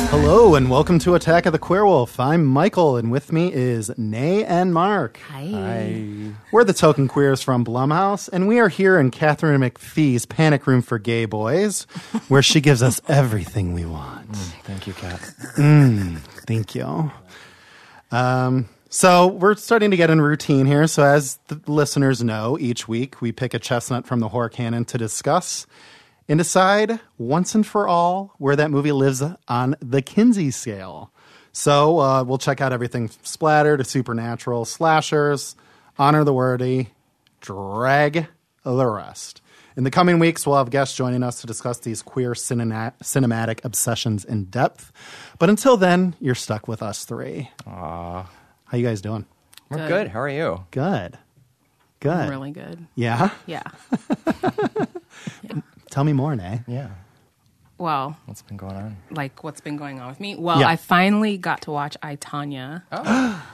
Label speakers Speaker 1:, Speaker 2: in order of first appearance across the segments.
Speaker 1: and welcome to Attack of the Queerwolf. I'm Michael, and with me is Nay and Mark.
Speaker 2: Hi.
Speaker 1: We're the token queers from Blumhouse, and we are here in Catherine McPhee's Panic Room for Gay Boys, where she gives us everything we want.
Speaker 3: Mm, Thank you, Kat.
Speaker 1: Thank you. Um, so we're starting to get in routine here. So as the listeners know, each week we pick a chestnut from the horror canon to discuss and decide once and for all where that movie lives on the Kinsey scale. So uh, we'll check out everything splatter to supernatural, slashers, honor the wordy, drag the rest. In the coming weeks, we'll have guests joining us to discuss these queer cinema- cinematic obsessions in depth. But until then, you're stuck with us three. Aww. How you guys doing?
Speaker 3: We're
Speaker 2: Good.
Speaker 3: good. How are you?
Speaker 1: Good. Good.
Speaker 2: Really good.
Speaker 1: Yeah.
Speaker 2: Yeah.
Speaker 1: Tell me more, Nay.
Speaker 3: Yeah.
Speaker 2: Well,
Speaker 3: What's been going on?
Speaker 2: like what's been going on with me? Well,
Speaker 1: Yeah.
Speaker 2: I finally got to watch I Tanya.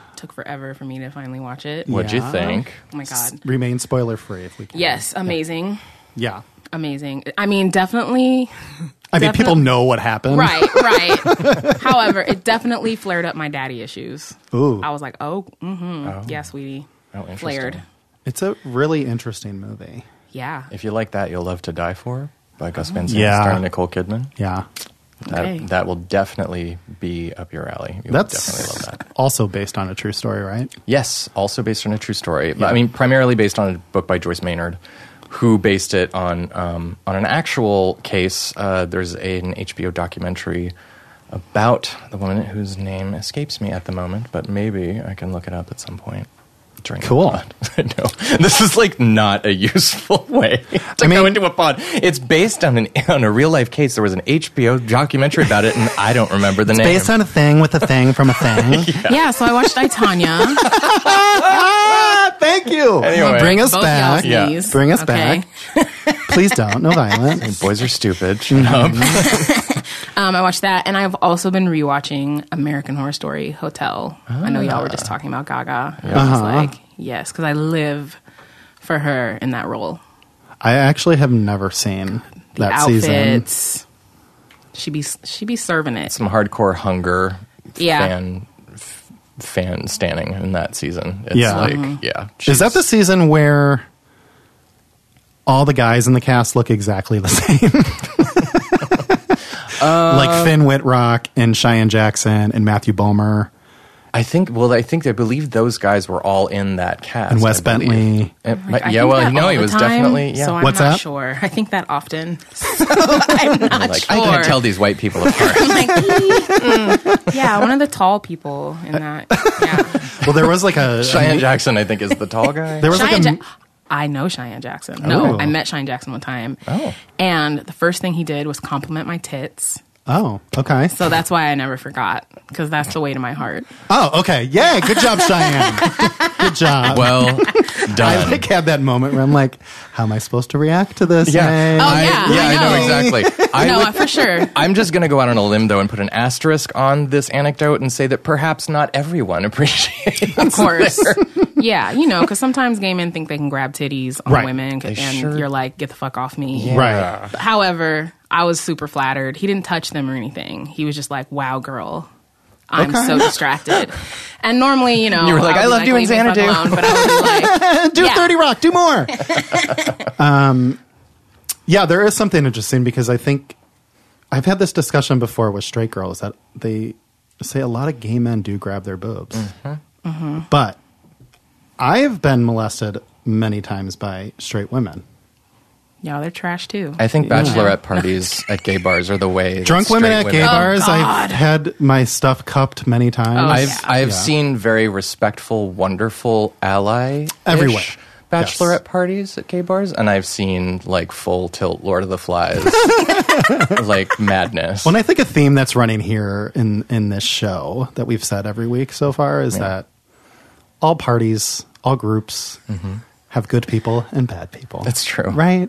Speaker 2: Took forever for me to finally watch it.
Speaker 1: What?
Speaker 3: What'd you
Speaker 1: Yeah.
Speaker 3: think?
Speaker 2: Oh my god.
Speaker 1: Remain spoiler free if we can.
Speaker 2: Yes, amazing.
Speaker 1: Yeah.
Speaker 2: Amazing. I mean, definitely
Speaker 1: I mean,
Speaker 2: Definite-
Speaker 1: people know what happened.
Speaker 2: Right, right. However, it definitely flared up my daddy issues.
Speaker 1: Ooh.
Speaker 2: I was like, "Oh, mhm. Yeah, sweetie."
Speaker 3: Oh, interesting.
Speaker 2: flared.
Speaker 1: It's a really interesting movie.
Speaker 2: Yeah.
Speaker 3: If you like that, you'll love to die for by Gus Van Sant
Speaker 1: Yeah.
Speaker 3: starring Nicole Kidman.
Speaker 1: Yeah.
Speaker 3: That,
Speaker 2: Oh. Okay.
Speaker 3: that will definitely be up your alley. You'll definitely
Speaker 1: That's
Speaker 3: love that.
Speaker 1: also based on a true story, right?
Speaker 3: Yes, also based on a true story. But, I mean, primarily based on a book by Joyce Maynard, who based it on um, on an actual case. Uh, there's an HBO documentary about the woman whose name escapes me at the moment, but maybe I can look it up at some point. During the
Speaker 1: Cool.
Speaker 3: pod. no, this is like not a useful way to
Speaker 1: I mean-
Speaker 3: go into a pod. It's based on an on a real life case. There was an HBO documentary about it, and I don't remember the name.
Speaker 1: Based on a thing with a thing from a thing.
Speaker 2: Yeah, so I watched I Tanya.
Speaker 1: ah, thank you.
Speaker 3: Anyway.
Speaker 1: Bring us
Speaker 2: Both
Speaker 1: back.
Speaker 2: y'all's
Speaker 3: Yeah.
Speaker 2: knees.
Speaker 1: Bring us
Speaker 2: Okay.
Speaker 1: back. Please don't. No violence.
Speaker 3: boys are stupid. Shut up.
Speaker 2: Um, I watched that, and I've also been rewatching American Horror Story Hotel. I know y'all were
Speaker 3: Ah.
Speaker 2: just talking about Gaga. And I was
Speaker 3: Uh-huh.
Speaker 2: like, yes, because I live for her in that role.
Speaker 1: I actually have never seen
Speaker 2: The
Speaker 1: that season.
Speaker 2: outfits. She be she be serving it.
Speaker 3: some hardcore hunger
Speaker 2: Yeah.
Speaker 3: fan f- fan standing in that season. It's
Speaker 1: Yeah.
Speaker 3: like
Speaker 2: Mm-hmm.
Speaker 1: Mhm.
Speaker 3: yeah.
Speaker 1: Is that the season where all the guys in the cast look exactly the same?
Speaker 3: Uh,
Speaker 1: like Finn Whitrock and Cheyenne Jackson and Matthew Bomer.
Speaker 3: I think well I think I believe those guys were all in that cast.
Speaker 1: And Wes
Speaker 3: I believe.
Speaker 1: Bentley.
Speaker 3: It might-
Speaker 2: I
Speaker 3: yeah,
Speaker 2: think
Speaker 3: well,
Speaker 2: that
Speaker 3: no,
Speaker 2: all
Speaker 3: he
Speaker 2: the
Speaker 3: was
Speaker 2: time,
Speaker 3: definitely yeah.
Speaker 2: So I'm
Speaker 1: What's
Speaker 2: not
Speaker 1: that?
Speaker 2: sure. I think that often. So I'm not
Speaker 3: like
Speaker 2: sure.
Speaker 3: I can't tell these white people apart.
Speaker 2: I'm like, mm, yeah, one of the tall people in that. Yeah.
Speaker 1: Well, there was like a
Speaker 3: Cheyenne Jackson, I think, is the tall guy.
Speaker 1: there was like
Speaker 2: Cheyenne
Speaker 1: a
Speaker 2: Ja- I know Cheyenne Jackson. No,
Speaker 1: Oh.
Speaker 2: I met Cheyenne Jackson one time.
Speaker 3: Oh.
Speaker 2: And the first thing he did was compliment my tits.
Speaker 1: oh okay
Speaker 2: So that's why I never forgot because that's the way to my heart.
Speaker 1: oh okay yeah good job Cheyenne good job.
Speaker 3: well
Speaker 1: I
Speaker 3: done.
Speaker 1: like had that moment where I'm like, how am I supposed to react to this?
Speaker 3: yeah,
Speaker 1: man?
Speaker 2: Oh,
Speaker 3: I,
Speaker 2: yeah,
Speaker 3: yeah,
Speaker 2: I
Speaker 3: I know
Speaker 2: know.
Speaker 3: exactly. I
Speaker 2: no,
Speaker 3: would
Speaker 2: for sure.
Speaker 3: I'm just going to go out on a limb, though, and put an asterisk on this anecdote and say that perhaps not everyone appreciates.
Speaker 2: Of course. yeah, you know, because sometimes gay men think they can grab titties on
Speaker 1: Right.
Speaker 2: women, c-
Speaker 3: They
Speaker 2: and
Speaker 3: sure-
Speaker 2: you're like, get the fuck off me.
Speaker 1: Right.
Speaker 2: But However, I was super flattered. He didn't touch them or anything. He was just like, wow, girl. I'm
Speaker 1: Okay.
Speaker 2: so distracted. And normally, you know,
Speaker 3: You were like,
Speaker 2: would
Speaker 3: "I
Speaker 2: be
Speaker 3: love doing
Speaker 2: "Leave me the fuck
Speaker 3: Xanadu."
Speaker 2: alone," but I would be like,
Speaker 1: do
Speaker 2: Yeah.
Speaker 1: 30 rock do more um, yeah there is something interesting because i think i've had this discussion before with straight girls that they say a lot of gay men do grab their boobs
Speaker 3: Mm-hmm.
Speaker 2: Mm-hmm.
Speaker 1: but i've been molested many times by straight women
Speaker 2: y'all, they're trash too.
Speaker 3: I think bachelorette parties at gay bars are the way. that
Speaker 1: drunk women
Speaker 3: straight
Speaker 1: at gay
Speaker 3: women-
Speaker 1: bars i've
Speaker 2: Oh, God.
Speaker 1: had my stuff cupped many times
Speaker 3: I've I've
Speaker 1: Yeah.
Speaker 3: seen very respectful, wonderful ally
Speaker 1: Everywhere.
Speaker 3: bachelorette
Speaker 1: Yes.
Speaker 3: parties at gay bars, and I've seen like full tilt Lord of the Flies, like madness.
Speaker 1: Well, and I think a theme that's running here in in this show that we've said every week so far is that all parties, all groups have good people and bad people.
Speaker 3: Mm-hmm. That's true.
Speaker 1: right?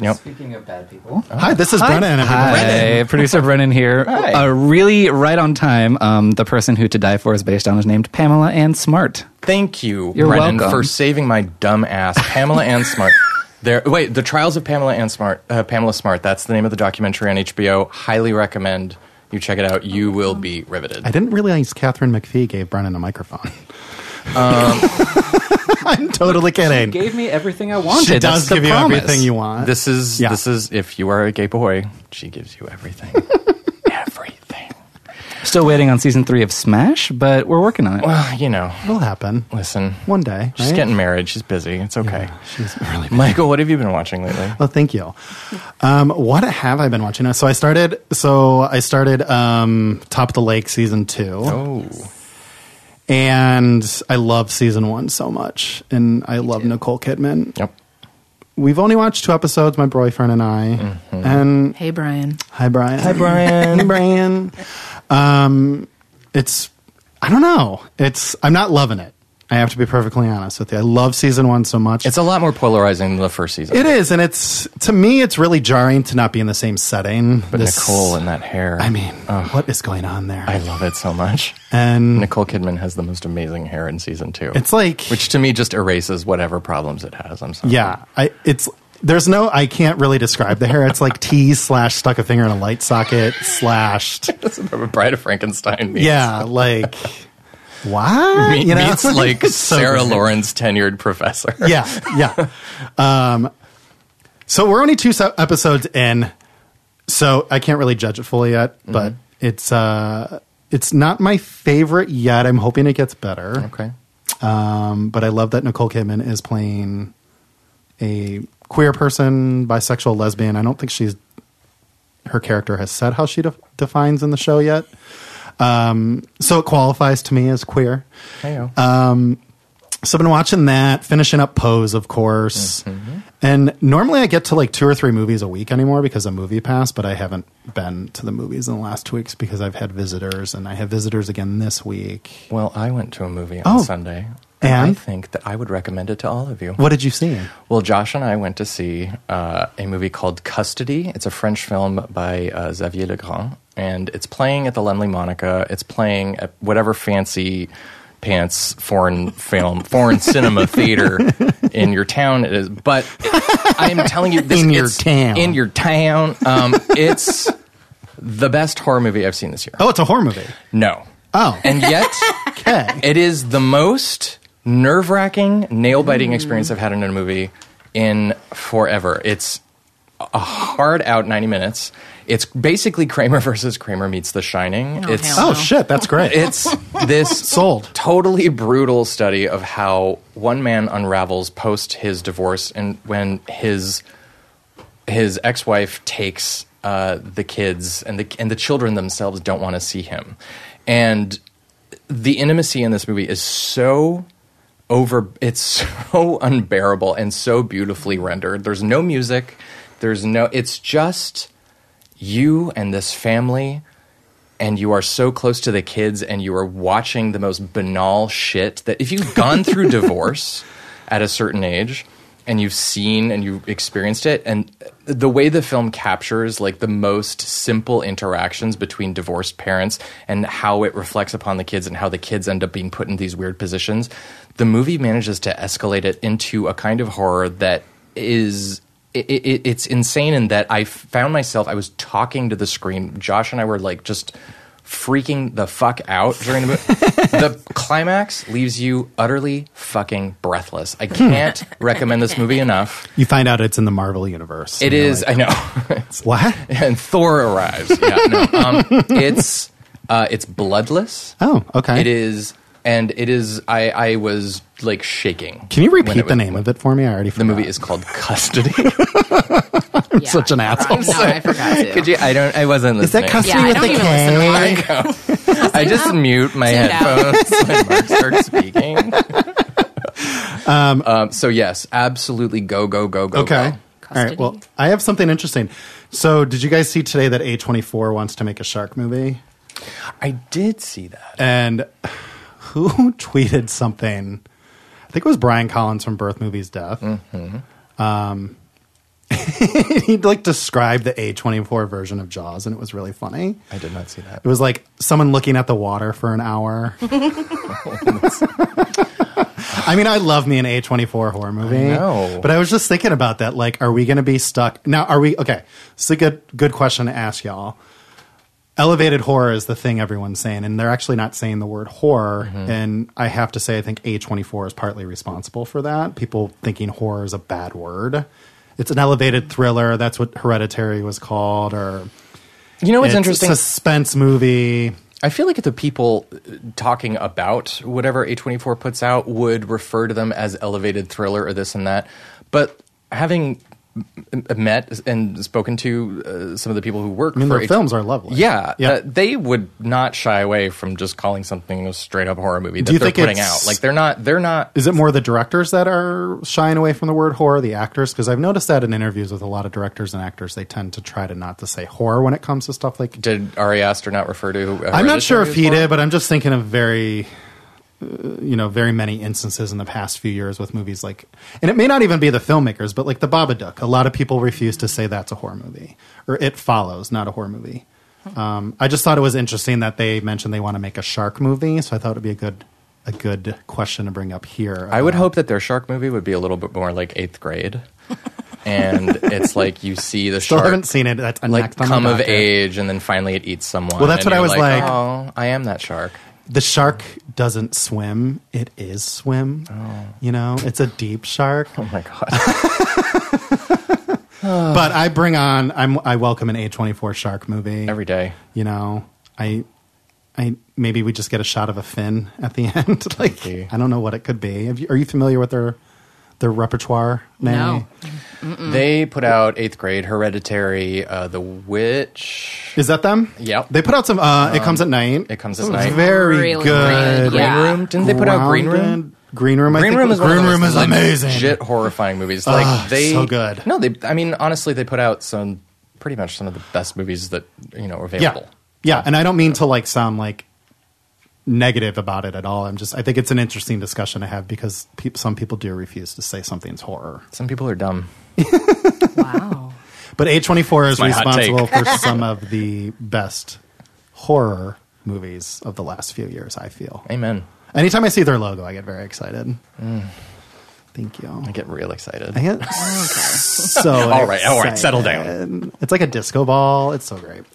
Speaker 3: Yep.
Speaker 4: Speaking of bad people.
Speaker 1: Hi, this is Brennan. everybody.
Speaker 4: Hi, producer Brennan here.
Speaker 3: Hi.
Speaker 4: Uh, really right on time. Um, the person who To Die For is based on is named Pamela Ann Smart.
Speaker 3: Thank you,
Speaker 4: You're
Speaker 3: Brennan,
Speaker 4: welcome.
Speaker 3: for saving my dumb ass. Pamela Ann Smart. There, wait, the Trials of Pamela Ann Smart. Uh, Pamela Smart. That's the name of the documentary on HBO. Highly recommend. You check it out. You will be riveted.
Speaker 1: I didn't realize Catherine McPhee gave Brennan a microphone.
Speaker 3: Um,
Speaker 1: I'm totally kidding.
Speaker 4: Gave me everything I
Speaker 1: She
Speaker 4: wanted. That's
Speaker 1: does
Speaker 4: the
Speaker 1: give you
Speaker 4: promise.
Speaker 1: everything you want.
Speaker 3: This is
Speaker 1: Yeah.
Speaker 3: this is if you are a gay boy, she gives you everything. everything.
Speaker 4: Still waiting on season three of Smash, but we're working on it.
Speaker 3: Well, Uh, you know,
Speaker 1: will happen
Speaker 3: listen.
Speaker 1: one day.
Speaker 3: She's
Speaker 1: right?
Speaker 3: getting married. She's busy. It's okay.
Speaker 1: She's really.
Speaker 3: Michael, what have you been watching lately?
Speaker 1: Well, thank you. Um, what have I been watching? So I started. So I started um, Top of the Lake season two.
Speaker 3: Oh,
Speaker 1: and I love season one so much, and I love Nicole Kidman.
Speaker 3: yep.
Speaker 1: We've only watched two episodes, my boyfriend and I. And
Speaker 2: Hey, Brian.
Speaker 1: hi, Brian. Hi,
Speaker 3: Mm-hmm. Brian.
Speaker 1: hey, Brian. Um, it's I don't know. It's I'm not loving it. I have to be perfectly honest with you. I love season one so much.
Speaker 3: It's a lot more polarizing than the first season.
Speaker 1: it is, and it's to me, it's really jarring to not be in the same setting.
Speaker 3: But
Speaker 1: This-
Speaker 3: Nicole and that hair.
Speaker 1: I mean, what is going on there?
Speaker 3: I love it so much.
Speaker 1: and
Speaker 3: Nicole Kidman has the most amazing hair in season two.
Speaker 1: it's like
Speaker 3: which to me just erases whatever problems it has. I'm sorry.
Speaker 1: Yeah, I it's there's no I can't really describe the hair. It's like tease slash stuck a finger in a light socket slashed.
Speaker 3: That's what Bride of Frankenstein means.
Speaker 1: Yeah, like what
Speaker 3: Me-
Speaker 1: know?
Speaker 3: meets like
Speaker 1: It's so
Speaker 3: Sarah
Speaker 1: good.
Speaker 3: Lawrence tenured professor.
Speaker 1: Yeah, yeah. Um, so we're only two se- episodes in, so I can't really judge it fully yet. But
Speaker 3: Mm-hmm.
Speaker 1: it's uh, it's not my favorite yet. I'm hoping it gets better.
Speaker 3: Okay.
Speaker 1: Um, but I love that Nicole Kidman is playing a queer person, bisexual, lesbian. I don't think she's her character has said how she de- defines in the show yet. Um, so it qualifies to me as queer.
Speaker 3: Heyo.
Speaker 1: Uh, So I've been watching that, finishing up Pose, of course. And normally I get to like two or three movies a week anymore because of Movie Pass, but I haven't been to the movies in the last two weeks because I've had visitors, and I have visitors again this week.
Speaker 3: well, I went to a movie on
Speaker 1: Oh.
Speaker 3: Sunday, I
Speaker 1: And?
Speaker 3: think that I would recommend it to all of you.
Speaker 1: What did you see?
Speaker 3: Well, Josh and I went to see uh, a movie called Custody. It's a French film by uh, Xavier Legrand, and it's playing at the Lenley Monica. It's playing at whatever fancy pants foreign film, foreign cinema theater in your town it is. But I am telling you, this,
Speaker 1: In your
Speaker 3: it's
Speaker 1: town.
Speaker 3: in your town, um, it's the best horror movie I've seen this year.
Speaker 1: Oh, it's a horror movie.
Speaker 3: No,
Speaker 1: Oh,
Speaker 3: and yet
Speaker 1: okay.
Speaker 3: it is the most nerve wracking, nail biting experience I've had in a movie in forever. It's a hard out 90 minutes. It's basically Kramer versus Kramer meets The Shining.
Speaker 2: Oh,
Speaker 3: it's
Speaker 2: hell
Speaker 1: Oh
Speaker 2: No.
Speaker 1: shit, that's great.
Speaker 3: it's this
Speaker 1: Sold.
Speaker 3: totally brutal study of how one man unravels post his divorce and when his his ex-wife takes uh, the kids and the and the children themselves don't want to see him and the intimacy in this movie is so over it's so unbearable and so beautifully rendered there's no music there's no it's just you and this family and you are so close to the kids and you are watching the most banal shit that if you've gone through divorce at a certain age and you've seen and you've experienced it and the way the film captures like the most simple interactions between divorced parents and how it reflects upon the kids and how the kids end up being put in these weird positions the movie manages to escalate it into a kind of horror that is it, it, it's insane in that I found myself I was talking to the screen. Josh and I were like just freaking the fuck out during the movie. the climax leaves you utterly fucking breathless. I can't recommend this movie enough.
Speaker 1: you find out it's in the Marvel universe. and
Speaker 3: It
Speaker 1: you're
Speaker 3: is
Speaker 1: like,
Speaker 3: I know.
Speaker 1: what?
Speaker 3: and Thor arrives. Yeah, no. Um, it's uh, it's bloodless.
Speaker 1: Oh, okay.
Speaker 3: It is and it is I I was like shaking.
Speaker 1: Can you
Speaker 3: when
Speaker 1: repeat
Speaker 3: it was-
Speaker 1: the name of it for me? I already forgot.
Speaker 3: The movie is called Custody.
Speaker 2: Yeah,
Speaker 1: such an
Speaker 2: I forgot.
Speaker 1: asshole.
Speaker 2: No, I forgot to.
Speaker 3: Could you? I don't. I wasn't
Speaker 1: Is
Speaker 3: listening.
Speaker 1: that custody
Speaker 2: Yeah, I
Speaker 1: with
Speaker 2: don't
Speaker 1: the
Speaker 2: even
Speaker 1: K?
Speaker 2: listen to mine.
Speaker 3: I just mute my
Speaker 2: Tune it out.
Speaker 3: headphones when Mark starts speaking. um, so yes, absolutely go go go go.
Speaker 1: Okay.
Speaker 3: go.
Speaker 1: All right. Well, I have something interesting. So, did you guys see today that A24 wants to make a shark movie?
Speaker 3: I did see that.
Speaker 1: And who tweeted something? I think it was Brian Collins from Birth Movies Death.
Speaker 3: Mm-hmm.
Speaker 1: Um, he like described the A24 version of Jaws, and it was really funny.
Speaker 3: I did not see that.
Speaker 1: It was like someone looking at the water for an hour. I mean, I love me an A24 horror movie.
Speaker 3: I know.
Speaker 1: But I was just thinking about that. Like, are we going to be stuck? Now, are we. Okay. This is a good, good question to ask y'all. Elevated horror is the thing everyone's saying, and they're actually not saying the word horror.
Speaker 3: Mm-hmm.
Speaker 1: And I have to say, I think A24 is partly responsible for that. People thinking horror is a bad word. It's an elevated thriller. That's what Hereditary was called, or
Speaker 3: You know what's
Speaker 1: it's
Speaker 3: interesting?
Speaker 1: A suspense movie.
Speaker 3: I feel like the people uh, talking about whatever A24 puts out would refer to them as elevated thriller or this and that. But having m- m- met and spoken to uh, some of the people who work
Speaker 1: I mean,
Speaker 3: for
Speaker 1: their
Speaker 3: A-
Speaker 1: films are lovely.
Speaker 3: Yeah,
Speaker 1: Yeah.
Speaker 3: uh, they would not shy away from just calling something a straight up horror movie that
Speaker 1: Do you
Speaker 3: they're
Speaker 1: think
Speaker 3: putting
Speaker 1: it's-
Speaker 3: out. Like they're not they're not
Speaker 1: Is it more the directors that are shying away from the word horror, the actors? Because I've noticed that in interviews with a lot of directors and actors, they tend to try to not to say horror when it comes to stuff like.
Speaker 3: did Ari Aster not refer to uh,
Speaker 1: I'm not sure
Speaker 3: Hereditary
Speaker 1: if
Speaker 3: as
Speaker 1: he
Speaker 3: horror?
Speaker 1: did, but I'm just thinking of very, uh, you know, very many instances in the past few years with movies like, and it may not even be the filmmakers, but like The Babadook. A lot of people refuse to say that's a horror movie or It Follows, not a horror movie. Um, I just thought it was interesting that they mentioned they want to make a shark movie, so I thought it'd be a good a good question to bring up here. Um,
Speaker 3: I would
Speaker 1: about-
Speaker 3: hope that their shark movie would be a little bit more like 8th grade. and it's like you see the
Speaker 1: Still
Speaker 3: shark
Speaker 1: haven't seen it. That's
Speaker 3: like
Speaker 1: next on
Speaker 3: come
Speaker 1: my
Speaker 3: of
Speaker 1: docket.
Speaker 3: age and then finally it eats someone.
Speaker 1: Well, that's what
Speaker 3: and
Speaker 1: I
Speaker 3: you're
Speaker 1: was like-
Speaker 3: Oh, I am that shark.
Speaker 1: The shark doesn't swim; it is swim. You know, it's a deep shark.
Speaker 3: Oh my god.
Speaker 1: but I bring on. I'm, I welcome an A24 shark movie
Speaker 3: Every day.
Speaker 1: You know, I, I maybe we just get a shot of a fin at the end. like
Speaker 3: Maybe.
Speaker 1: I don't know what it could be. Have you, are you familiar with their their repertoire? Nay?
Speaker 2: No.
Speaker 3: They put out 8th grade Hereditary, uh, The Witch.
Speaker 1: Is that them?
Speaker 3: Yep.
Speaker 1: They put out some. Uh, it comes at night.
Speaker 3: It Comes at Night.
Speaker 1: Very
Speaker 2: Really
Speaker 1: good.
Speaker 2: great.
Speaker 3: Green
Speaker 2: Yeah.
Speaker 3: Room? Didn't they put out Green Room?
Speaker 1: Grounded. Green Room. I
Speaker 3: Green
Speaker 1: think-
Speaker 3: Room is one
Speaker 1: Green
Speaker 3: of those,
Speaker 1: Room is
Speaker 3: like,
Speaker 1: amazing.
Speaker 3: Legit horrifying movies. Like
Speaker 1: Ugh,
Speaker 3: they
Speaker 1: so good.
Speaker 3: No, they. I mean, honestly, they put out some pretty much some of the best movies that you know are available.
Speaker 1: Yeah. yeah, and I don't mean to like sound like negative about it at all. I'm just I think it's an interesting discussion to have because peop some people do refuse to say something's horror.
Speaker 3: Some people are dumb.
Speaker 2: Wow.
Speaker 1: But A24 is
Speaker 3: my hot
Speaker 1: responsible for some of the best horror movies of the last few years, I feel.
Speaker 3: Amen.
Speaker 1: Anytime I see their logo, I get very excited.
Speaker 3: Mm.
Speaker 1: Thank you.
Speaker 3: I get real excited.
Speaker 1: I get so
Speaker 3: Oh, All right, all right, settle down.
Speaker 1: excited. It's like a disco ball. It's so great.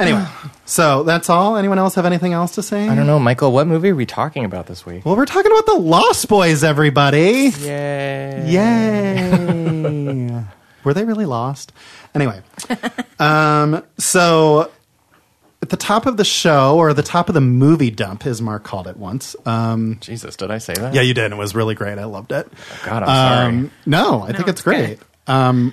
Speaker 1: Anyway, so that's all. Anyone else have anything else to say?
Speaker 3: I don't know, Michael. What movie are we talking about this week?
Speaker 1: Well, we're talking about the Lost Boys, everybody.
Speaker 3: Yay!
Speaker 1: Yay. Were they really lost? Anyway, um, so at the top of the show, or the top of the movie dump, as Mark called it once. Um,
Speaker 3: Jesus, did I say that?
Speaker 1: yeah, you did. It was really great. I loved it.
Speaker 3: Oh, God, I'm sorry.
Speaker 1: Um, no, I think it's
Speaker 2: it's
Speaker 1: great. Um,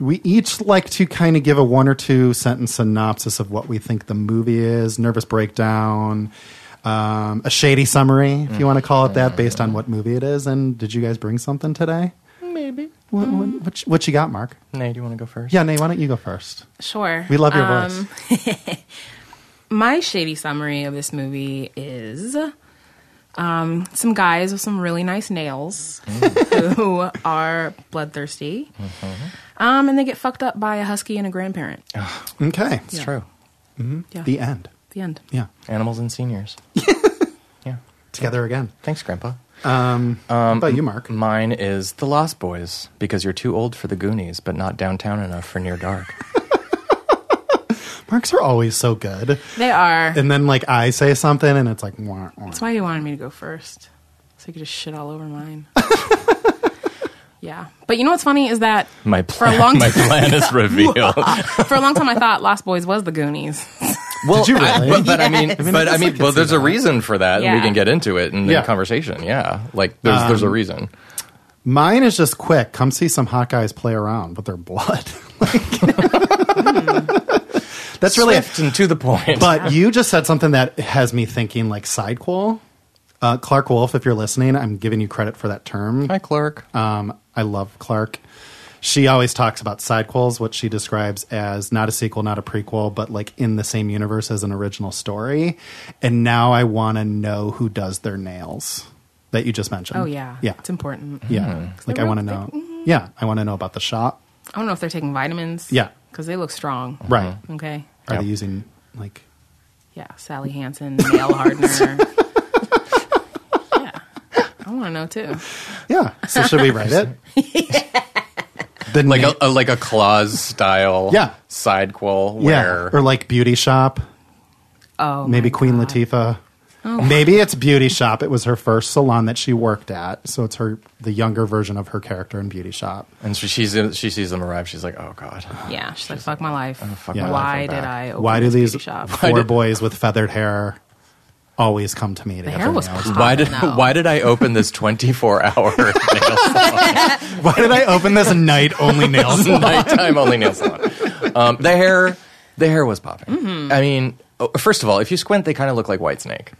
Speaker 1: we each like to kind of give a one or two sentence synopsis of what we think the movie is, nervous breakdown, um, a shady summary, if you want to call it that, based on what movie it is. And did you guys bring something today?
Speaker 3: Maybe.
Speaker 1: What, what,
Speaker 2: Mm.
Speaker 1: what, you- what you got, Mark?
Speaker 3: Nay, do you want to go first?
Speaker 1: Yeah, Nate, why don't you go first?
Speaker 2: Sure.
Speaker 1: We love your
Speaker 2: Um,
Speaker 1: voice.
Speaker 2: my shady summary of this movie is um, some guys with some really nice nails
Speaker 1: Mm.
Speaker 2: who are bloodthirsty.
Speaker 1: Mm-hmm.
Speaker 2: Um, and they get fucked up by a husky and a grandparent.
Speaker 1: Okay,
Speaker 3: it's
Speaker 2: yeah.
Speaker 3: true.
Speaker 2: Yeah.
Speaker 1: the end.
Speaker 2: The end.
Speaker 1: Yeah,
Speaker 3: Animals and seniors. yeah.
Speaker 1: together again.
Speaker 3: Thanks, Grandpa.
Speaker 1: Um, but you, Mark.
Speaker 3: Mine is The Lost Boys because you're too old for the Goonies, but not downtown enough for Near Dark.
Speaker 1: Marks are always so good.
Speaker 2: They are.
Speaker 1: And then, like, I say something, and it's like, wah, wah.
Speaker 2: That's why you wanted me to go first. So you could just shit all over mine. yeah. But you know what's funny is that
Speaker 3: My
Speaker 2: For a
Speaker 3: plan,
Speaker 2: long
Speaker 3: my plan is revealed.
Speaker 2: for a long time I thought Lost Boys was the Goonies.
Speaker 3: well,
Speaker 1: Did you
Speaker 3: I-
Speaker 1: really?
Speaker 3: but, but I mean,
Speaker 1: I mean,
Speaker 3: but
Speaker 1: I
Speaker 3: I
Speaker 1: guess I
Speaker 3: mean,
Speaker 1: could
Speaker 3: well,
Speaker 1: see
Speaker 3: there's a
Speaker 1: that.
Speaker 3: reason for that, and we
Speaker 2: Yeah.
Speaker 3: can get into it in the
Speaker 1: Yeah. Um,
Speaker 3: conversation. Yeah, like there's there's a reason.
Speaker 1: Mine is just quick. Come see some hot guys play around with their blood. like, that's really it.
Speaker 3: Swift and to the point.
Speaker 1: But you just said something that has me thinking, like, sidequel. Uh, Clark Wolf, if you're listening, I'm giving you credit for that term.
Speaker 3: Hi, Clark.
Speaker 1: Um, I love Clark. She always talks about sidequels, what she describes as not a sequel, not a prequel, but like in the same universe as an original story. And now I want to know who does their nails that you just mentioned.
Speaker 2: Oh yeah.
Speaker 1: Mm. yeah,
Speaker 2: It's important.
Speaker 1: yeah. Like I
Speaker 2: They're
Speaker 1: want to
Speaker 2: real Mm-hmm.
Speaker 1: know. Yeah, I want to know about the shop.
Speaker 2: I don't know if they're taking vitamins.
Speaker 1: Yeah.
Speaker 2: Because they look strong.
Speaker 1: Right?
Speaker 2: Okay.
Speaker 1: Are
Speaker 3: Yep.
Speaker 1: they using like?
Speaker 2: Yeah. Sally Hansen, nail hardener. yeah. I want to know too.
Speaker 1: Yeah. So should we write it? The
Speaker 3: like
Speaker 1: na-
Speaker 3: a, a like a claws style
Speaker 1: Yeah.
Speaker 3: side quel
Speaker 1: yeah,
Speaker 3: where
Speaker 1: or like Beauty Shop.
Speaker 2: Oh,
Speaker 1: Maybe
Speaker 2: my
Speaker 1: Queen
Speaker 2: God. Oh
Speaker 1: Latifah. Maybe it's Beauty Shop. It was her first salon that she worked at, so it's her the younger version of her character in Beauty Shop.
Speaker 3: and so she's in- she sees them arrive she's like oh god
Speaker 2: Yeah, she's like, fuck my life.
Speaker 3: fuck
Speaker 1: Oh, my
Speaker 2: Why
Speaker 3: life, I'm
Speaker 2: did
Speaker 3: back.
Speaker 2: I? Open
Speaker 1: Why do
Speaker 2: this
Speaker 1: these
Speaker 2: beauty shop?
Speaker 1: four boys with feathered hair always come to me? To
Speaker 2: The
Speaker 1: get
Speaker 2: hair
Speaker 1: their
Speaker 2: was
Speaker 1: nails?
Speaker 2: popping.
Speaker 3: why did
Speaker 2: though.
Speaker 3: why did I open this 24 hour nail
Speaker 1: Why did I open this night only nails?
Speaker 3: salon? nighttime only nail salon? Um, the hair the hair was popping.
Speaker 2: Mm-hmm.
Speaker 3: I mean, oh, first of all, if you squint, they kind of look like white snake.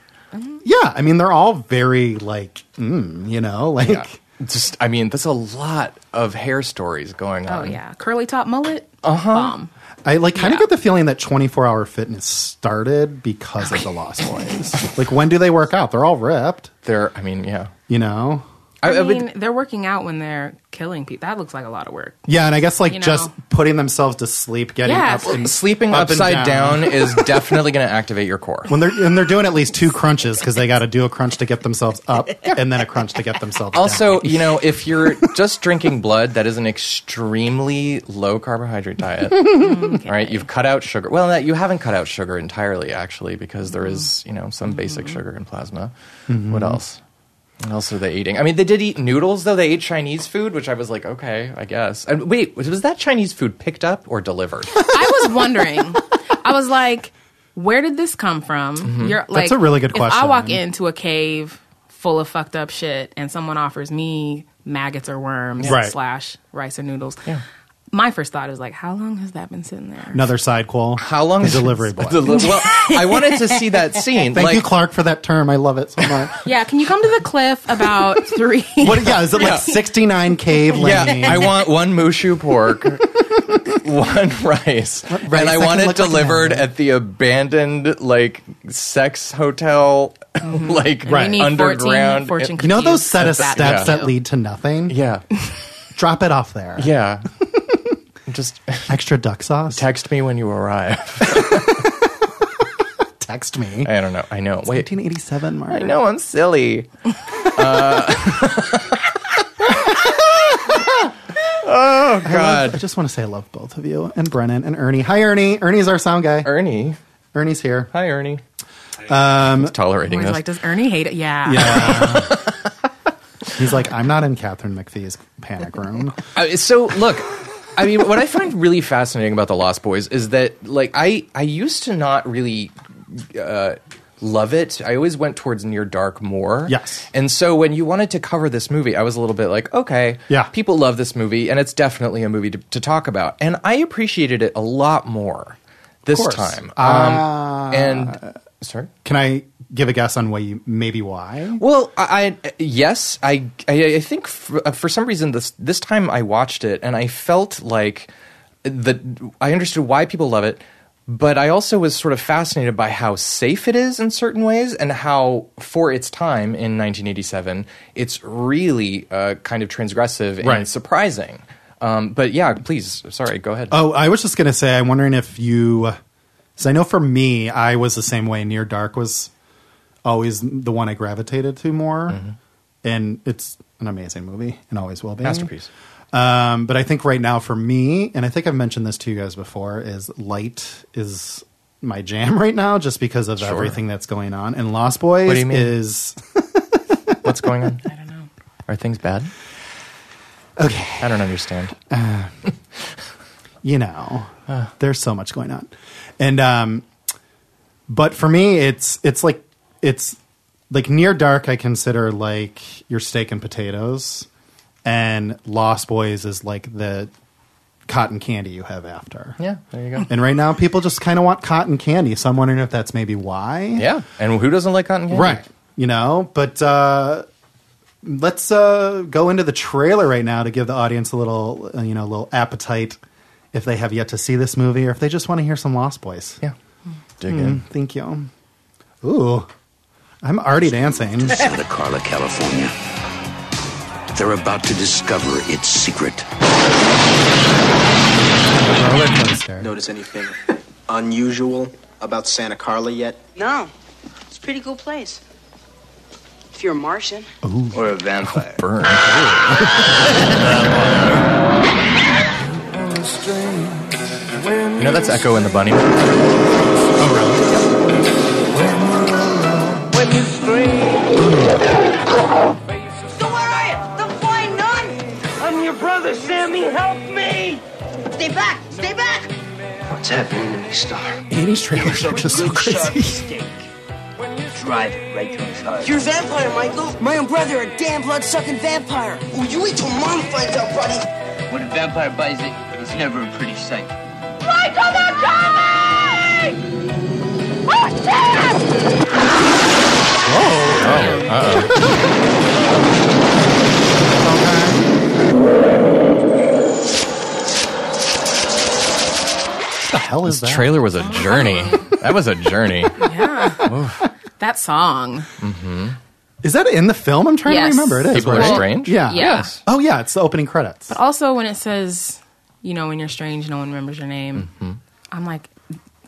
Speaker 1: yeah, I mean they're all very like, mm, you know, like
Speaker 3: Yeah. Just, I mean, that's a lot of hair stories going
Speaker 2: Oh
Speaker 3: on.
Speaker 2: yeah, curly top mullet. Uh
Speaker 1: Uh-huh.
Speaker 2: huh. Bomb.
Speaker 1: I like kind of get the feeling that 24 Hour Fitness started because of the Lost Boys. like when do they work out? They're all ripped,
Speaker 3: They're, I mean, yeah.
Speaker 1: you know.
Speaker 2: I,
Speaker 3: I would-
Speaker 2: mean, they're working out when they're killing people. That looks like a lot of work.
Speaker 1: Yeah, and I guess like
Speaker 2: You
Speaker 1: just
Speaker 2: know.
Speaker 1: putting themselves to sleep, getting
Speaker 2: Yes.
Speaker 1: up, and
Speaker 3: Sleeping
Speaker 1: Mm. up and
Speaker 3: upside down. is definitely going to activate your core.
Speaker 1: when they're and they're doing at least two crunches because they got to do a crunch to get themselves up and then a crunch to get themselves down.
Speaker 3: Also, you know, if you're just drinking blood, that is an extremely low carbohydrate diet. All right, you've cut out sugar. Well, that you haven't cut out sugar entirely, actually, because there
Speaker 1: Mm-hmm.
Speaker 3: is, you know, some basic sugar in plasma. What else? What else are they eating? I mean, they did eat noodles, though. They ate Chinese food, which I was like, okay, I guess. And wait, was that Chinese food picked up or delivered?
Speaker 2: I was wondering. I was like, where did this come from? You're like,
Speaker 1: Mm-hmm. a really good
Speaker 2: if I
Speaker 1: question.
Speaker 2: walk into a cave full of fucked up shit, and someone offers me maggots or worms
Speaker 1: Right.
Speaker 2: slash rice or noodles. My first thought is like, how long has that been sitting there?
Speaker 1: another side qual.
Speaker 3: How long
Speaker 1: the
Speaker 3: is
Speaker 1: delivery boy?
Speaker 3: Deli- well, I wanted to see that scene.
Speaker 1: Thank
Speaker 3: like,
Speaker 1: you, Clark, for that term. I love it so much.
Speaker 2: Yeah, can you come to the cliff about three?
Speaker 1: What? Yeah, is it like sixty nine cave lane?
Speaker 3: Yeah, I want one mushu pork, one rice,
Speaker 1: rice
Speaker 3: and I
Speaker 1: that can
Speaker 3: want it
Speaker 1: look like an
Speaker 3: delivered
Speaker 1: animal.
Speaker 3: at the abandoned like sex hotel, like
Speaker 2: Mm-hmm. We need
Speaker 3: underground.
Speaker 2: 14 fortune
Speaker 1: you know those
Speaker 2: cookies
Speaker 1: set of
Speaker 2: with that
Speaker 1: steps
Speaker 2: in
Speaker 1: that
Speaker 2: it.
Speaker 1: lead to nothing.
Speaker 3: yeah,
Speaker 1: Drop it off there.
Speaker 3: yeah. Just
Speaker 1: Extra duck sauce.
Speaker 3: text me when you arrive.
Speaker 1: Text me.
Speaker 3: I don't know. I know. Wait,
Speaker 1: 1987, Mark.
Speaker 3: I know I'm silly. uh, oh
Speaker 1: I
Speaker 3: God,
Speaker 1: just want to say I love both of you and Brennan and Ernie. Hi, Ernie. Ernie's our sound guy.
Speaker 3: Ernie.
Speaker 1: Ernie's here.
Speaker 3: Hi, Ernie. Um, tolerating
Speaker 2: Where it's
Speaker 3: this.
Speaker 2: like, does Ernie hate it? Yeah.
Speaker 1: He's like, I'm not in Catherine McPhee's panic room.
Speaker 3: I- so look i mean what i find really fascinating about the lost boys is that like i i used to not really uh love it i always went towards near dark more
Speaker 1: Yes.
Speaker 3: and so when you wanted to cover this movie i was a little bit like okay
Speaker 1: Yeah.
Speaker 3: people love this movie and it's definitely a movie to, to talk about and i appreciated it a lot more this
Speaker 1: course. Ah.
Speaker 3: time um and sorry
Speaker 1: Can I give a guess on why you maybe why?
Speaker 3: well, I, I yes, I I, I think for, for some reason this this time I watched it and I felt like that I understood why people love it, but I also was sort of fascinated by how safe it is in certain ways and how for its time in 1987 it's really uh, kind of transgressive and
Speaker 1: Right.
Speaker 3: surprising. Um, but yeah, please, sorry, go ahead.
Speaker 1: Oh, I was just gonna say, I'm wondering if you, because I know for me, I was the same way. Near Dark was always the one I gravitated to more,
Speaker 3: Mm-hmm.
Speaker 1: and it's an amazing movie and always will be
Speaker 3: Masterpiece.
Speaker 1: Um, but I think right now for me, and I think I've mentioned this to you guys before, is light is my jam right now, just because of everything that's going on. And Lost Boys
Speaker 3: What do you mean?
Speaker 1: is
Speaker 3: What's going on?
Speaker 2: I don't know.
Speaker 3: Are things bad?
Speaker 1: okay.
Speaker 3: I don't understand.
Speaker 1: you know, there's so much going on. And um but for me it's it's like it's like near dark I consider like your steak and potatoes and Lost Boys is like the cotton candy you have after.
Speaker 3: Yeah, there you go.
Speaker 1: And right now people just kind of want cotton candy. So I'm wondering if that's maybe why.
Speaker 3: Yeah, and who doesn't like cotton candy?
Speaker 1: Right. You know, but uh let's uh go into the trailer right now to give the audience a little uh, you know, a little appetite if they have yet to see this movie or if they just want to hear some Lost Boys.
Speaker 3: Yeah. Dig in.
Speaker 1: Thank you. Ooh. I'm already dancing.
Speaker 5: Santa Carla, California. They're about to discover its secret.
Speaker 1: Roller coaster.
Speaker 6: Notice anything unusual about Santa Carla yet?
Speaker 7: No, it's a pretty cool place. If you're a Martian.
Speaker 5: Or a vampire.
Speaker 3: Burn. You know that's Echo and the Bunny. Oh,
Speaker 7: So where are you? Don't fly none!
Speaker 8: I'm your brother, Sammy. Help me!
Speaker 7: Stay back! Stay back!
Speaker 5: What's happening to me, Star?
Speaker 1: 80s trailers are just so crazy.
Speaker 5: Drive it right to his heart.
Speaker 8: You're a vampire, Michael. My own brother, a damn blood-sucking vampire. Oh, you wait till Mom finds out, buddy.
Speaker 5: When a vampire buys it, it's never a pretty sight.
Speaker 7: Michael, they're coming! Oh, shit!
Speaker 3: uh-oh.
Speaker 1: What the hell is
Speaker 3: This
Speaker 1: that?
Speaker 3: trailer was a journey. That was a journey.
Speaker 2: Yeah. that song.
Speaker 1: Is that in the film? I'm trying
Speaker 2: Yes.
Speaker 1: to remember. It is.
Speaker 3: People are
Speaker 1: right?
Speaker 3: strange.
Speaker 1: Yeah.
Speaker 2: Yeah. Yes.
Speaker 1: Oh yeah, it's the opening credits.
Speaker 2: Also, when it says, you know, when you're strange, no one remembers your name,
Speaker 3: Mm-hmm.
Speaker 2: I'm like,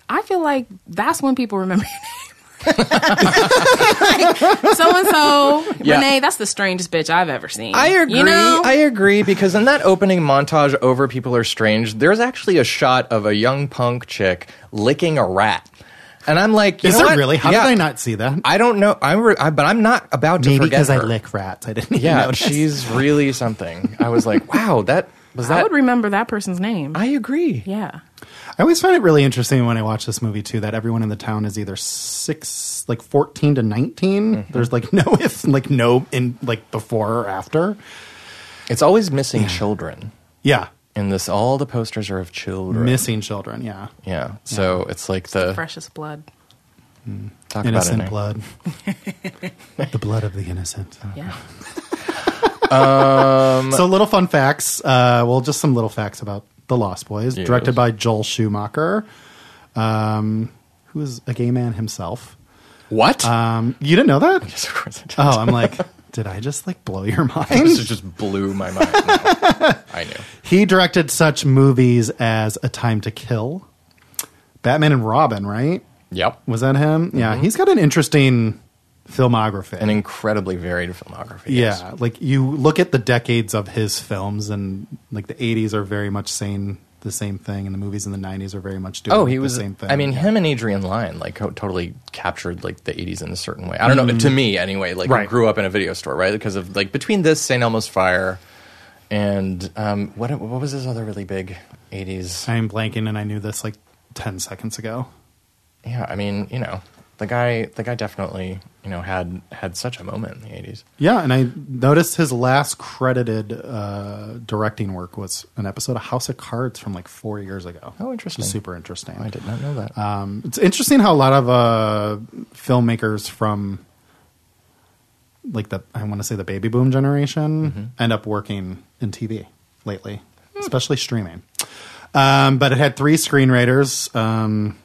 Speaker 2: I feel like that's when people remember your name. So and so,
Speaker 3: Yeah.
Speaker 2: Renee, that's the strangest bitch I've ever seen.
Speaker 3: I agree.
Speaker 2: You know?
Speaker 3: I agree because in that opening montage over People Are Strange, there's actually a shot of a young punk chick licking a rat. And I'm like, you
Speaker 1: is
Speaker 3: know
Speaker 1: it
Speaker 3: what?
Speaker 1: really? How
Speaker 3: Yeah.
Speaker 1: did I not see that?
Speaker 3: I don't know. I'm re- I, but I'm not about to
Speaker 1: Maybe
Speaker 3: forget
Speaker 1: because I
Speaker 3: her.
Speaker 1: lick rats. I didn't. even
Speaker 3: Yeah,
Speaker 1: notice.
Speaker 3: she's really something. I was like, wow, that was
Speaker 2: I
Speaker 3: that.
Speaker 2: would remember that person's name.
Speaker 3: I agree.
Speaker 2: yeah.
Speaker 1: I always find it really interesting when I watch this movie too that everyone in the town is either six, like fourteen to 19 There's like no if, like no in like before or after.
Speaker 3: It's always missing children.
Speaker 1: Yeah,
Speaker 3: In this, all the posters are of children.
Speaker 1: missing children. Yeah,
Speaker 3: yeah. So it's like the
Speaker 2: Precious blood.
Speaker 3: talk about it eh?
Speaker 1: innocent
Speaker 3: now.
Speaker 1: blood, eh? the blood of the innocent.
Speaker 2: Yeah.
Speaker 1: Um, so little fun facts. Uh, well, just some little facts about The Lost Boys,
Speaker 3: Yes.
Speaker 1: directed by Joel Schumacher, um, who is a gay man himself.
Speaker 3: What?
Speaker 1: Um, you didn't know that?
Speaker 3: yes, of course it is.
Speaker 1: Oh, I'm like, did I just like blow your
Speaker 3: This
Speaker 1: mind?
Speaker 3: is just blew my mind. No, I knew.
Speaker 1: He directed such movies as A Time to Kill, Batman and Robin, right?
Speaker 3: Yep.
Speaker 1: Was that him? Yeah,
Speaker 3: Mm-hmm.
Speaker 1: he's got an interesting filmography.
Speaker 3: An incredibly varied filmography. yes.
Speaker 1: Yeah, like you look at the decades of his films, and like the '80s are very much saying the same thing, and the movies in the '90s are very much doing.
Speaker 3: Oh, he
Speaker 1: the
Speaker 3: was.
Speaker 1: same thing.
Speaker 3: I mean, him and Adrian Lyne like co- totally captured like the '80s in a certain way. I don't know. To me, anyway, like I
Speaker 1: Mm. Right.
Speaker 3: grew up in a video store, right? Because of like between this St. Elmo's Fire and um, what what was his other really big '80s?
Speaker 1: I'm blanking, and I knew this like ten seconds ago.
Speaker 3: Yeah, I mean, you know, the guy, the guy definitely, you know, had had such a moment in the '80s.
Speaker 1: Yeah, and I noticed his last credited uh, directing work was an episode of House of Cards from like four years ago.
Speaker 3: Oh,
Speaker 1: which is
Speaker 3: interesting.
Speaker 1: super interesting.
Speaker 3: I did not know that.
Speaker 1: Um, it's interesting how a lot of uh, filmmakers from like the I want to say the baby boom generation end up working in TV lately, especially streaming. Um, but it had three screenwriters. Um,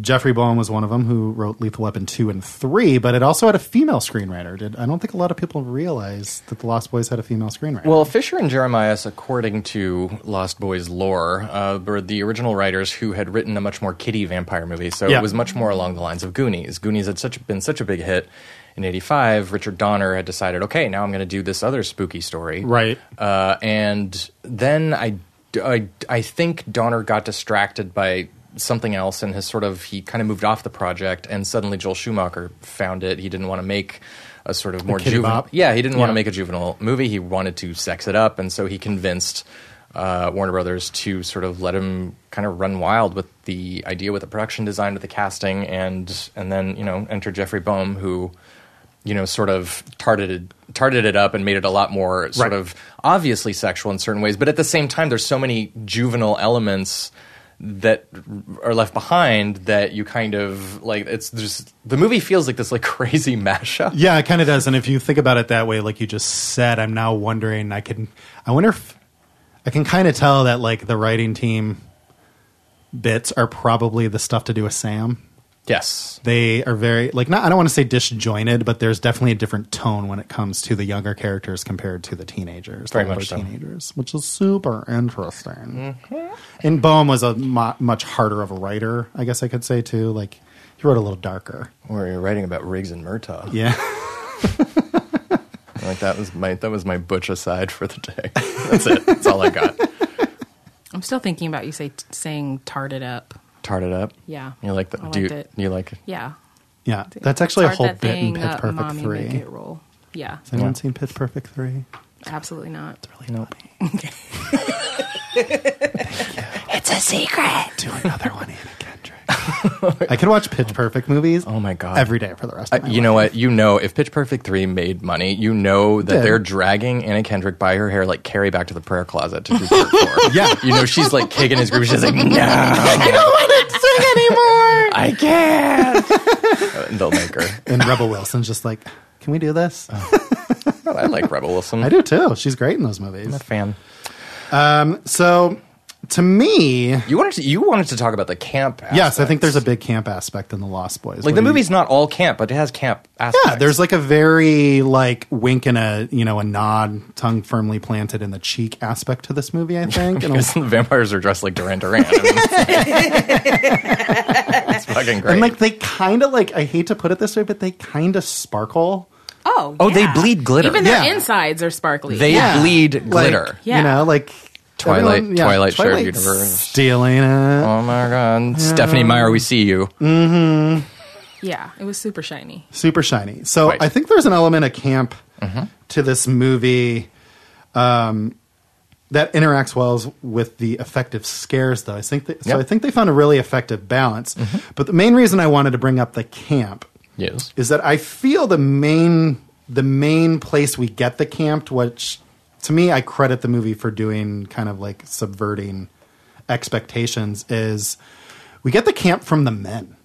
Speaker 1: Jeffrey Bowen was one of them who wrote Lethal Weapon two and three, but it also had a female screenwriter. Did I don't think a lot of people realize that the Lost Boys had a female screenwriter.
Speaker 3: Well, Fisher and Jeremias, according to Lost Boys lore, uh, were the original writers who had written a much more kiddie vampire movie. So
Speaker 1: Yeah.
Speaker 3: it was much more along the lines of Goonies. Goonies had such been such a big hit in '85. Richard Donner had decided, okay, now I'm going to do this other spooky story,
Speaker 1: Right.
Speaker 3: Uh, and then I, I, I think Donner got distracted by something else and has sort of he kind of moved off the project and suddenly Joel Schumacher found it. He didn't want to make a sort of more
Speaker 1: kiddie
Speaker 3: juvenile.
Speaker 1: bop?
Speaker 3: Yeah, he didn't want to
Speaker 1: Yeah.
Speaker 3: make a juvenile movie. He wanted to sex it up, and so he convinced uh, Warner Brothers to sort of let him kind of run wild with the idea, with the production design, with the casting, and and then you know enter Jeffrey Boehm, who you know sort of targeted targeted it up and made it a lot more sort
Speaker 1: Right.
Speaker 3: of obviously sexual in certain ways, but at the same time, there's so many juvenile elements that are left behind that you kind of like it's just the movie feels like this like crazy mashup
Speaker 1: Yeah, it kind of does. And if you think about it that way, like you just said, I'm now wondering. I can, I wonder if I can kind of tell that like the writing team bits are probably the stuff to do with Sam.
Speaker 3: yes
Speaker 1: They are very like not. I don't want to say disjointed, but there's definitely a different tone when it comes to the younger characters compared to the teenagers,
Speaker 3: Very
Speaker 1: the older
Speaker 3: much so.
Speaker 1: teenagers, which is super interesting.
Speaker 3: Mm-hmm.
Speaker 1: And Boehm was a mo- much harder of a writer, I guess I could say too. Like he wrote a little darker.
Speaker 3: Or you're writing about Riggs and Murtaugh.
Speaker 1: Yeah.
Speaker 3: Like that was my that was my butch aside for the day. That's it. That's all I got.
Speaker 2: I'm still thinking about you say saying tarted up.
Speaker 3: Tart it up.
Speaker 2: Yeah.
Speaker 3: You like that?
Speaker 2: I
Speaker 3: Do you,
Speaker 2: liked it.
Speaker 3: you like?
Speaker 2: Yeah.
Speaker 1: Yeah, that's actually a
Speaker 2: Tart
Speaker 1: whole
Speaker 2: that
Speaker 1: bit in
Speaker 2: thing
Speaker 1: Pitch
Speaker 2: up,
Speaker 1: Perfect
Speaker 2: mommy,
Speaker 1: Three.
Speaker 2: Make it
Speaker 1: Has
Speaker 2: roll. Yeah.
Speaker 1: anyone seen Pitch Perfect Three?
Speaker 2: Absolutely not.
Speaker 3: Really nope.
Speaker 2: It's a secret.
Speaker 1: Do another one, Anna Kendrick. I could watch Pitch Perfect movies.
Speaker 3: Oh my god.
Speaker 1: every day for the rest.
Speaker 3: Uh,
Speaker 1: of my
Speaker 3: you
Speaker 1: life.
Speaker 3: know what? You know, if Pitch Perfect 3 made money, you know that
Speaker 1: Did.
Speaker 3: they're dragging Anna Kendrick by her hair like Carrie back to the prayer closet to do part four. yeah. You know, she's like kicking his group. She's like, no. I don't want to sing anymore. I can't. Uh, They'll make her.
Speaker 1: and Rebel Wilson's just like, can we do this?
Speaker 3: Oh. But I like Rebel Wilson.
Speaker 1: I do too. She's great in those movies.
Speaker 3: I'm a fan.
Speaker 1: So to me,
Speaker 3: You wanted to, you wanted to talk about the camp aspect.
Speaker 1: yes, I think there's a big camp aspect in the Lost Boys.
Speaker 3: Like
Speaker 1: What
Speaker 3: the
Speaker 1: do you-
Speaker 3: movie's not all camp, but it has camp aspects.
Speaker 1: Yeah, there's like a very like wink and a you know a nod, tongue firmly planted in the cheek aspect to this movie. I think. And,
Speaker 3: Because the vampires are dressed like Duran Duran. I mean, it's it's fucking great.
Speaker 1: and, like they kind of like I hate to put it this way, but they kind of sparkle.
Speaker 2: Oh.
Speaker 3: Oh, they
Speaker 2: yeah.
Speaker 3: bleed glitter.
Speaker 2: Even their
Speaker 1: Yeah.
Speaker 2: insides are sparkly.
Speaker 3: they bleed
Speaker 1: Like,
Speaker 3: glitter.
Speaker 1: You
Speaker 2: Yeah.
Speaker 1: know, like
Speaker 3: Twilight- Twilight shared
Speaker 1: Twilight's
Speaker 3: universe.
Speaker 1: stealing it.
Speaker 3: Oh my
Speaker 1: Uh,
Speaker 3: god, Stephanie Meyer, we see you.
Speaker 1: mm.
Speaker 2: yeah. It was super shiny.
Speaker 1: super shiny. So
Speaker 3: Right. Mm-hmm.
Speaker 1: I think there's an element of camp to this movie um, that interacts well with the effective scares, though. I think that, so.
Speaker 3: Yep.
Speaker 1: I think they found a really effective balance.
Speaker 3: Mm-hmm.
Speaker 1: But the main reason I wanted to bring up the camp
Speaker 3: Yes.
Speaker 1: is that I feel the main the main place we get the camp, which to me I credit the movie for doing kind of like subverting expectations, is we get the camp from the men.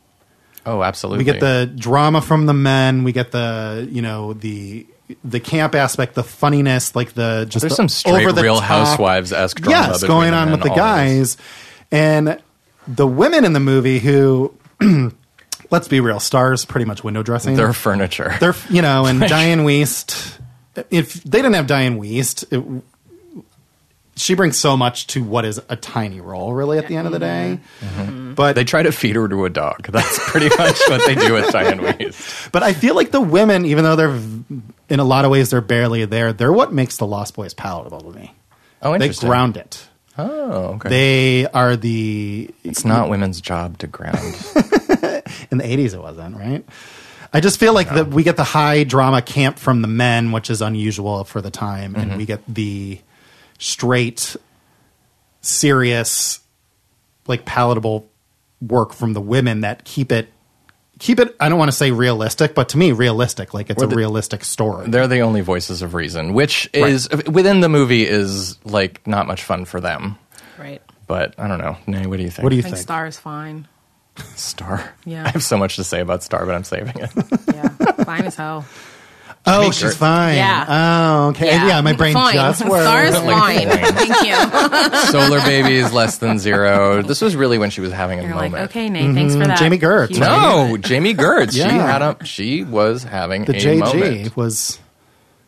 Speaker 3: Oh, absolutely.
Speaker 1: We get the drama from the men. We get the you know the the camp aspect, the funniness, like the just
Speaker 3: There's
Speaker 1: the
Speaker 3: some straight
Speaker 1: over the
Speaker 3: Real
Speaker 1: top-
Speaker 3: Housewives-esque drama
Speaker 1: Yes,
Speaker 3: between
Speaker 1: going
Speaker 3: the
Speaker 1: on
Speaker 3: men
Speaker 1: with the
Speaker 3: always.
Speaker 1: guys and the women in the movie who, let's be real, stars pretty much window dressing.
Speaker 3: their furniture.
Speaker 1: They're you know, and Diane Weist. If they didn't have Diane Weist, it, she brings so much to what is a tiny role, really. At the end of the day, but
Speaker 3: Mm-hmm. they try to feed her to a dog. That's pretty much what they do with Diane Weiss.
Speaker 1: But I feel like the women, even though they're v- in a lot of ways they're barely there, they're what makes the Lost Boys palatable to me.
Speaker 3: Oh,
Speaker 1: They
Speaker 3: interesting.
Speaker 1: ground it.
Speaker 3: Oh, okay.
Speaker 1: They are the
Speaker 3: it's not women's job to ground.
Speaker 1: in the eighties it wasn't right. I just feel like that we get the high drama camp from the men, which is unusual for the time,
Speaker 3: Mm-hmm.
Speaker 1: and we get the straight, serious, like palatable work from the women that keep it keep it. I don't want to say realistic, but to me, realistic. Like it's
Speaker 3: Well,
Speaker 1: a
Speaker 3: the-
Speaker 1: realistic story.
Speaker 3: They're the only voices of reason, which is within the movie is like not much fun for them.
Speaker 2: Right.
Speaker 3: But I don't know. Nay, what do you think?
Speaker 1: What do you
Speaker 2: I think
Speaker 1: think?
Speaker 2: star is fine.
Speaker 3: Star.
Speaker 2: Yeah.
Speaker 3: I have so much to say about Star, but I'm saving it.
Speaker 2: Yeah. fine as hell.
Speaker 1: Oh,
Speaker 3: Make
Speaker 1: she's
Speaker 3: sure-
Speaker 1: fine.
Speaker 2: Yeah.
Speaker 1: Oh, okay. Yeah, my brain
Speaker 2: fine.
Speaker 1: just worked.
Speaker 2: Star is
Speaker 3: Like,
Speaker 2: fine.
Speaker 3: fine.
Speaker 2: Thank you.
Speaker 3: Solar Baby is less than zero. This was really when she was having a
Speaker 2: You're like,
Speaker 3: moment.
Speaker 2: okay, Nate, thanks for that.
Speaker 1: Mm-hmm. Jamie Gertz,
Speaker 2: Cute.
Speaker 3: No, Jamie Gertz.
Speaker 1: Yeah.
Speaker 3: She had a. She was having
Speaker 1: The
Speaker 3: a
Speaker 1: JG
Speaker 3: moment. Uh.
Speaker 1: was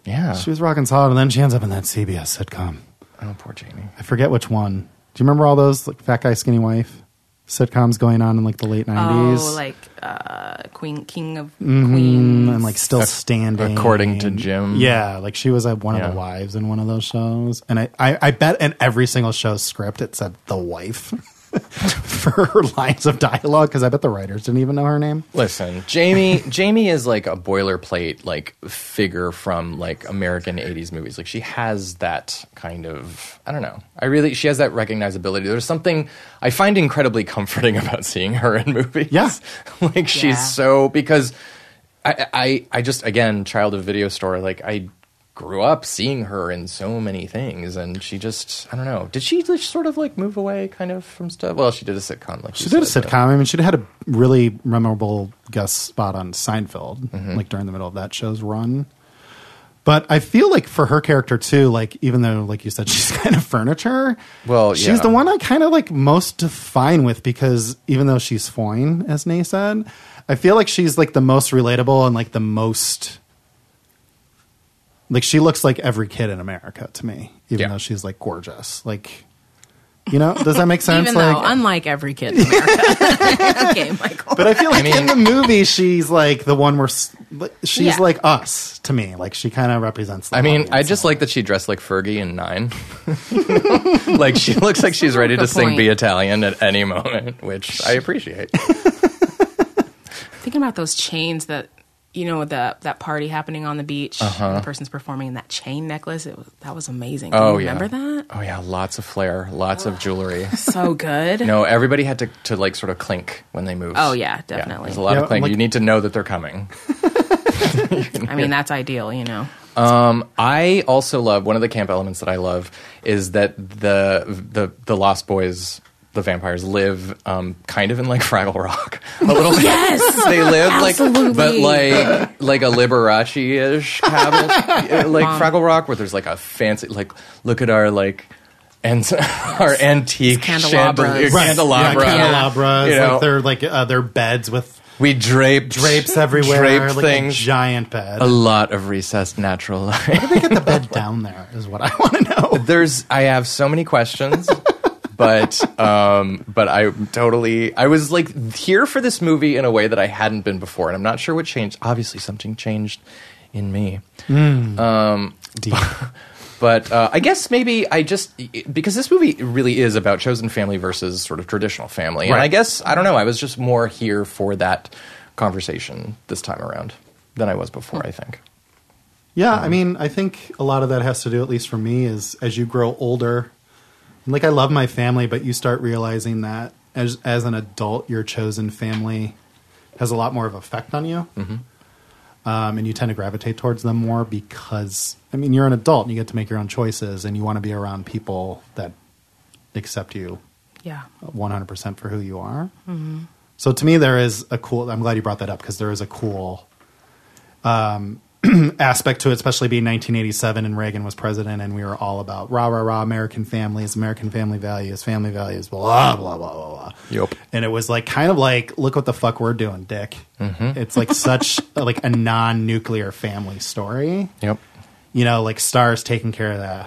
Speaker 3: Yeah.
Speaker 1: she was rocking solid, and then she ends up in that CBS sitcom.
Speaker 3: oh, poor Jamie.
Speaker 1: I forget which one. Do you remember all those like Fat Guy, Skinny Wife sitcoms going on in like the late nineties?
Speaker 2: Oh, like uh, Queen, King of Queens.
Speaker 1: and like still standing,
Speaker 3: According to Jim.
Speaker 1: Yeah, like she was like one of
Speaker 3: Yeah.
Speaker 1: the wives in one of those shows, and I, I, I bet in every single show's script it said the wife for her lines of dialogue because I bet the writers didn't even know her name.
Speaker 3: Listen, Jamie. Jamie is like a boilerplate like figure from like American '80s movies. Like she has that kind of. I don't know. I really. She has that recognizability. There's something I find incredibly comforting about seeing her in movies.
Speaker 1: Yeah.
Speaker 3: like
Speaker 2: Yeah.
Speaker 3: she's so because I, I I just again child of video store like I grew up seeing her in so many things and she just I don't know did she just sort of like move away kind of from stuff well she did a sitcom like
Speaker 1: She
Speaker 3: you
Speaker 1: did a
Speaker 3: said, but-
Speaker 1: sitcom. I mean, she had a really memorable guest spot on Seinfeld,
Speaker 3: Mm-hmm.
Speaker 1: like during the middle of that show's run. But I feel like for her character too, like even though, like you said, she's kind of furniture.
Speaker 3: Well,
Speaker 1: she's
Speaker 3: yeah.
Speaker 1: the one I kind of like most define with because even though she's fine, as Nay said, I feel like she's like the most relatable and like the most. Like she looks like every kid in America to me, even
Speaker 3: Yeah.
Speaker 1: though she's like gorgeous. Like You know, does that make sense?
Speaker 2: Even though,
Speaker 1: like,
Speaker 2: unlike every kid in America. okay, Michael.
Speaker 1: but I feel like in
Speaker 3: mean-
Speaker 1: the movie, she's like the one where s- but she's
Speaker 2: Yeah.
Speaker 1: like us to me. Like she kind of represents. The
Speaker 3: I mean,
Speaker 1: audience.
Speaker 3: I just like that she dressed like Fergie in Nine. like she looks like she's ready to
Speaker 2: Good
Speaker 3: sing
Speaker 2: point.
Speaker 3: "Be Italian" at any moment, which I appreciate.
Speaker 2: Thinking about those chains that you know the that party happening on the beach,
Speaker 3: Uh-huh.
Speaker 2: the person's performing in that chain necklace. It was, that was amazing. Can
Speaker 3: Oh,
Speaker 2: you
Speaker 3: yeah.
Speaker 2: remember that?
Speaker 3: Oh yeah, lots of flair, lots of jewelry.
Speaker 2: So good.
Speaker 3: No, everybody had to, to like sort of clink when they moved.
Speaker 2: Oh, yeah, definitely.
Speaker 3: there's a lot
Speaker 1: Yeah,
Speaker 3: of clink.
Speaker 1: like-
Speaker 3: you need to know that they're coming.
Speaker 2: I mean, that's ideal, you know.
Speaker 3: I also love one of the camp elements that I love is that the the the Lost Boys, the vampires, live um, kind of in like Fraggle Rock a little bit.
Speaker 2: Yes!
Speaker 3: they live like but
Speaker 2: Absolutely.
Speaker 3: like like a Liberace ish cabal like Fraggle Rock where there's like a fancy like look at our like. And our antique chandelier,
Speaker 2: candelabras.
Speaker 1: Right.
Speaker 3: candelabra,
Speaker 1: Yeah, candelabras.
Speaker 3: You know,
Speaker 1: Like they're like uh, their beds with
Speaker 3: we draped
Speaker 1: drapes everywhere.
Speaker 3: draped
Speaker 1: like
Speaker 3: things.
Speaker 1: a giant bed.
Speaker 3: a lot of recessed natural light.
Speaker 1: Get the bed down there is what I want to know.
Speaker 3: There's I have so many questions. But um, but I totally I was like here for this movie in a way that I hadn't been before, and I'm not sure what changed. Obviously, something changed in me. But uh, I guess maybe I just because this movie really is about chosen family versus sort of traditional family, and
Speaker 1: Right.
Speaker 3: I guess I don't know. I was just more here for that conversation this time around than I was before. I think.
Speaker 1: Yeah, I mean, I think a lot of that has to do, at least for me, is as you grow older, like I love my family, but you start realizing that as as an adult, your chosen family has a lot more of effect on you, um, and you tend to gravitate towards them more because I mean, you're an adult and you get to make your own choices, and you want to be around people that accept you
Speaker 2: Yeah.
Speaker 1: 100% for who you are. So to me, there is a cool, I'm glad you brought that up because there is a cool um, aspect to it, especially being 1987 and Reagan was president and we were all about rah, rah, rah, American families, American family values, family values, blah, blah, blah, blah, blah.
Speaker 3: Yep.
Speaker 1: And it was like, kind of like, look what the fuck we're doing, dick.
Speaker 3: Mm-hmm.
Speaker 1: It's like such like a non-nuclear family story
Speaker 3: Yep.
Speaker 1: you know, like stars taking care of the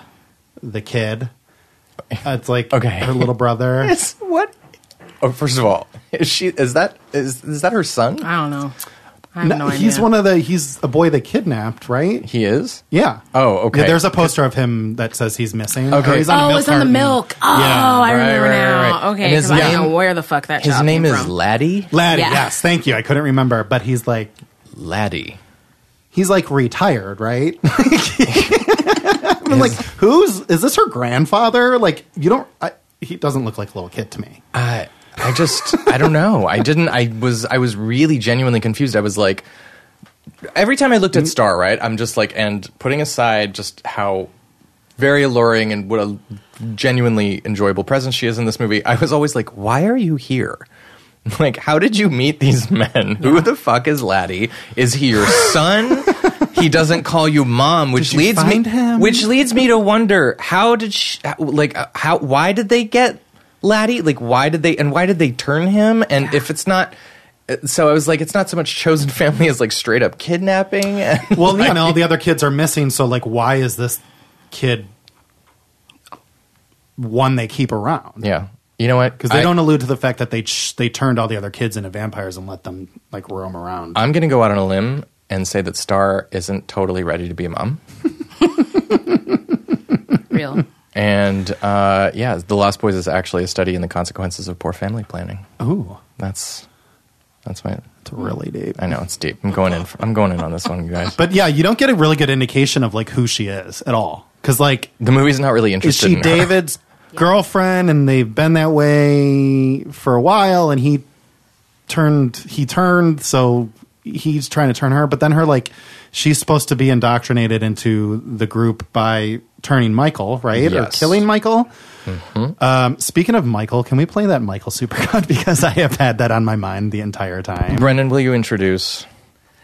Speaker 1: the kid. Uh, It's like
Speaker 3: Okay.
Speaker 1: her little brother.
Speaker 3: It's what? Oh, first of all, is she is that is is that her son?
Speaker 2: I don't know. I have no,
Speaker 1: No,
Speaker 2: idea.
Speaker 1: he's one of the he's a boy they kidnapped, right?
Speaker 3: He is.
Speaker 1: Yeah.
Speaker 3: Oh, okay.
Speaker 1: Yeah, there's a poster of him that says he's missing.
Speaker 3: Okay.
Speaker 1: Or he's on a
Speaker 2: oh,
Speaker 1: milk
Speaker 2: it's on
Speaker 1: carton.
Speaker 2: the milk. Oh,
Speaker 1: Yeah,
Speaker 2: I
Speaker 3: right,
Speaker 2: remember
Speaker 3: right,
Speaker 2: now.
Speaker 3: right, right.
Speaker 2: Okay,
Speaker 3: And his
Speaker 2: 'cause I don't
Speaker 3: name-
Speaker 2: know where the fuck that
Speaker 3: His
Speaker 2: shot
Speaker 3: name
Speaker 2: came
Speaker 3: is
Speaker 2: from.
Speaker 3: Laddie.
Speaker 1: Laddie.
Speaker 2: Yeah.
Speaker 1: Yes, thank you. I couldn't remember, but he's like
Speaker 3: Laddie.
Speaker 1: he's like retired, right? I'm like, who's is this her grandfather? Like, you don't. I, he doesn't look like a little kid to me.
Speaker 3: I I just I don't know. I didn't. I was I was really genuinely confused. I was like, every time I looked at Star, right? I'm just like, and putting aside just how very alluring and what a genuinely enjoyable presence she is in this movie, I was always like, why are you here? Like, how did you meet these men? Who the fuck is Laddie? Is he your son? he doesn't call you mom, which
Speaker 1: you
Speaker 3: leads
Speaker 1: find
Speaker 3: me,
Speaker 1: him?
Speaker 3: which leads me to wonder how did she, like uh, how why did they get Laddie? Like, why did they and why did they turn him? And if it's not. uh, So I was like, it's not so much chosen family as like straight up kidnapping.
Speaker 1: Well, yeah, and all the other kids are missing. So, like, why is this kid one they keep around?
Speaker 3: yeah, you know what?
Speaker 1: because they don't allude to the fact that they ch- they turned all the other kids into vampires and let them like roam around.
Speaker 3: I'm going to go out on a limb and say that Star isn't totally ready to be a mom.
Speaker 2: Real.
Speaker 3: And uh, yeah, The Lost Boys is actually a study in the consequences of poor family planning.
Speaker 1: Ooh,
Speaker 3: That's that's my.
Speaker 1: it's really deep.
Speaker 3: I know it's deep. I'm going in. I'm going in on this one, you guys.
Speaker 1: But yeah, you don't get a really good indication of like who she is at all. Because like,
Speaker 3: the movie's not really
Speaker 1: is
Speaker 3: interested.
Speaker 1: she
Speaker 3: in her.
Speaker 1: David's girlfriend, and they've been that way for a while, and he turned he turned, so he's trying to turn her. But then her like, she's supposed to be indoctrinated into the group by turning Michael, right,
Speaker 3: Yes.
Speaker 1: or killing Michael. Um, speaking of Michael, can we play that Michael supercut because I have had that on my mind the entire time.
Speaker 3: Brendan, will you introduce?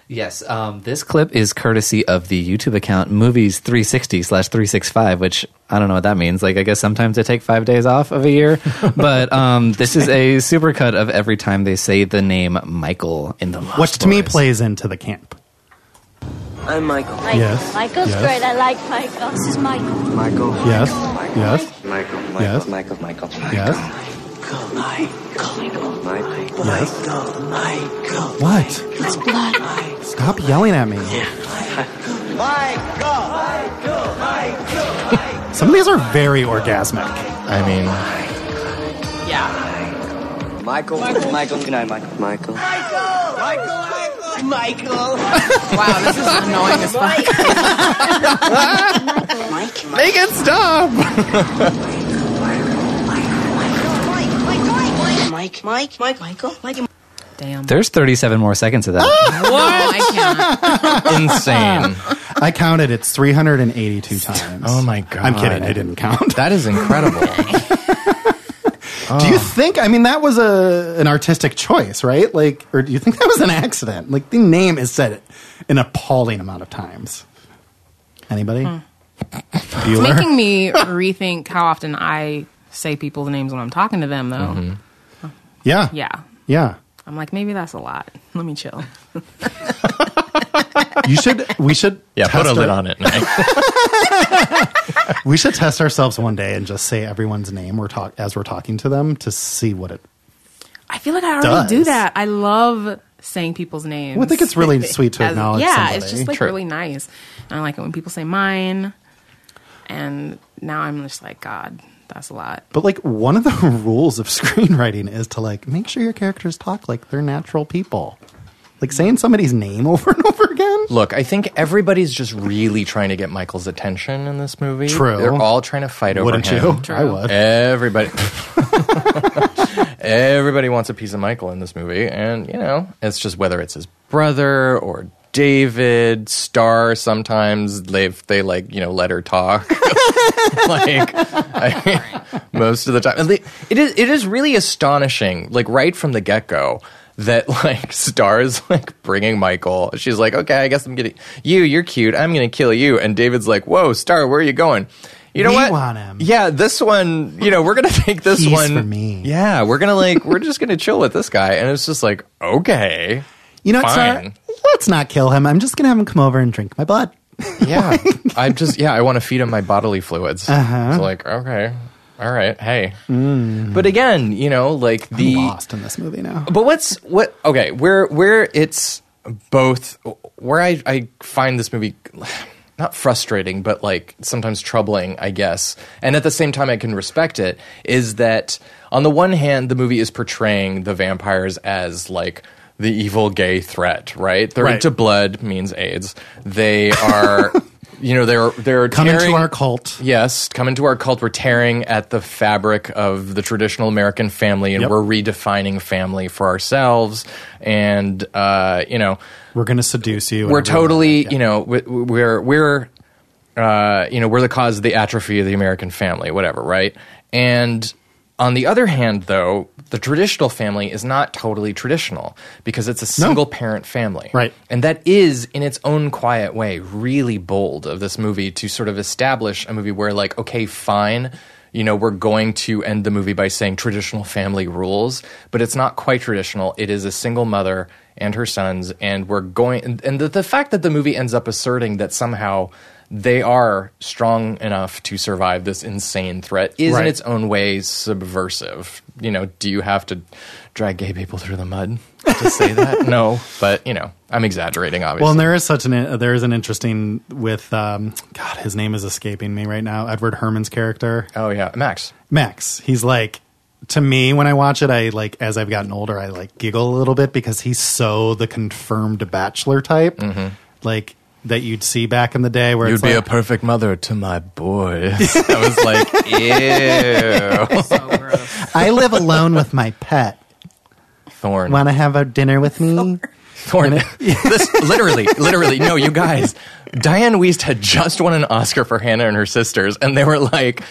Speaker 4: Yes, um, this clip is courtesy of the YouTube account Movies 360 slash 365, which I don't know what that means. Like, I guess sometimes I take five days off of a year, but um, this is a supercut of every time they say the name Michael in the Lost
Speaker 1: Which to me
Speaker 4: Boys.
Speaker 1: plays into the camp.
Speaker 8: I'm Michael.
Speaker 1: Yes.
Speaker 9: Michael's
Speaker 1: Yes.
Speaker 9: great. I like Michael. This is Michael.
Speaker 8: Michael.
Speaker 1: Yes. Yes.
Speaker 5: Michael, Michael,
Speaker 1: Yes.
Speaker 5: Michael, Michael, Michael.
Speaker 1: Yes.
Speaker 5: Michael, Michael, Michael, Michael, Michael, Michael.
Speaker 1: What?
Speaker 7: It's blood.
Speaker 1: Stop yelling at me. Some of these are very orgasmic.
Speaker 3: I mean,
Speaker 2: Yeah.
Speaker 5: Michael, Michael, Michael, good night, Michael. Michael.
Speaker 8: Michael, Michael,
Speaker 2: Wow, this is annoying as fuck.
Speaker 7: Mike.
Speaker 3: make it stop.
Speaker 7: Mike. Mike. Mike. Michael. Mike.
Speaker 2: Damn.
Speaker 4: There's 37 more seconds of that.
Speaker 2: what? I can't.
Speaker 3: Insane.
Speaker 1: I counted. It's 382 times.
Speaker 3: Oh my god.
Speaker 1: I'm kidding. I didn't count.
Speaker 3: That is incredible.
Speaker 1: Do
Speaker 3: Oh.
Speaker 1: you think? I mean, that was a an artistic choice, right? Like, or do you think that was an accident? Like, the name is said an appalling amount of times. Anybody?
Speaker 2: It's
Speaker 1: Bueller?
Speaker 2: making me rethink how often I say people's names when I'm talking to them, though.
Speaker 1: yeah,
Speaker 2: Yeah.
Speaker 1: yeah.
Speaker 2: I'm like, maybe that's a lot. Let me chill.
Speaker 1: You should. We should.
Speaker 3: Yeah, put a
Speaker 1: test
Speaker 3: lid
Speaker 1: our-
Speaker 3: on it. Nick.
Speaker 1: We should test ourselves one day and just say everyone's name we're talk as we're talking to them to see what it.
Speaker 2: I feel like I already do
Speaker 1: Does.
Speaker 2: that. I love saying people's names.
Speaker 1: Well, I think it's really sweet to
Speaker 2: As-
Speaker 1: acknowledge.
Speaker 2: Yeah,
Speaker 1: somebody.
Speaker 2: it's just like
Speaker 3: True.
Speaker 2: really nice. And I like it when people say mine. And now I'm just like, God, that's a lot.
Speaker 1: But like one of the rules of screenwriting is to like make sure your characters talk like they're natural people. Like saying somebody's name over and over again.
Speaker 3: Look, I think everybody's just really trying to get Michael's attention in this movie.
Speaker 1: True.
Speaker 3: They're all trying to fight over
Speaker 1: Wouldn't
Speaker 3: him.
Speaker 1: you? I
Speaker 2: True.
Speaker 1: would.
Speaker 3: Everybody. Everybody wants a piece of Michael in this movie, and you know, it's just whether it's his brother or David Star. Sometimes they they like you know let her talk. like I mean, most of the time, And they- it is it is really astonishing. Like right from the get go. That like stars like bringing Michael. She's like, okay, I guess I'm getting you. You're cute. I'm gonna kill you. And David's like, whoa, Star, where are you going? You know
Speaker 1: We
Speaker 3: what?
Speaker 1: want him.
Speaker 3: Yeah, this one. You know, we're gonna take this
Speaker 1: He's
Speaker 3: one
Speaker 1: for me.
Speaker 3: Yeah, we're gonna like we're just gonna chill with this guy, and it's just like okay,
Speaker 1: You know, what, Sarah?
Speaker 3: Fine.
Speaker 1: Let's not kill him. I'm just gonna have him come over and drink my blood.
Speaker 3: yeah. I just yeah, I want to feed him my bodily fluids. It's like okay, all right, hey. But again, you know, like the
Speaker 1: I'm lost in this movie now.
Speaker 3: But what's what? Okay, where where it's both where I I find this movie not frustrating, but like sometimes troubling, I guess. And at the same time, I can respect it. Is that on the one hand, the movie is portraying the vampires as like the evil gay threat, right? They're
Speaker 1: Right.
Speaker 3: into blood means AIDS. They are. You know they're they're
Speaker 1: Come into
Speaker 3: tearing-
Speaker 1: our cult.
Speaker 3: Yes, come into our cult. We're tearing at the fabric of the traditional American family, and
Speaker 1: Yep.
Speaker 3: we're redefining family for ourselves. And uh, you know,
Speaker 1: We're gonna seduce you. and
Speaker 3: we're
Speaker 1: everyone-
Speaker 3: totally,
Speaker 1: yeah.
Speaker 3: you know, we- we're we're uh, you know, we're the cause of the atrophy of the American family, whatever, right? And on the other hand, though, the traditional family is not totally traditional because it's a single parent family.
Speaker 1: Right.
Speaker 3: And that is, in its own quiet way, really bold of this movie to sort of establish a movie where, like, okay, fine, you know, we're going to end the movie by saying traditional family rules, but it's not quite traditional. It is a single mother and her sons, and we're going, and, and the, the fact that the movie ends up asserting that somehow they are strong enough to survive this insane threat is
Speaker 1: Right.
Speaker 3: in its own way subversive. You know, do you have to drag gay people through the mud to say that? no, but you know, I'm exaggerating, obviously.
Speaker 1: Well, and there is such an uh, there is an interesting with um, God, his name is escaping me right now. Edward Herman's character.
Speaker 3: oh yeah, Max.
Speaker 1: Max. He's like to me when I watch it, I like as I've gotten older, I like giggle a little bit because he's so the confirmed bachelor type,
Speaker 3: Mm-hmm.
Speaker 1: like that you'd see back in the day where it's like,
Speaker 3: perfect mother to my boys. I was like, ew,
Speaker 2: So gross.
Speaker 1: I live alone with my pet.
Speaker 3: Thorn.
Speaker 1: Want to have a dinner with me?
Speaker 3: Thorn. this literally, literally. No, you guys. Diane Wiest had just won an Oscar for Hannah and her sisters, and they were like,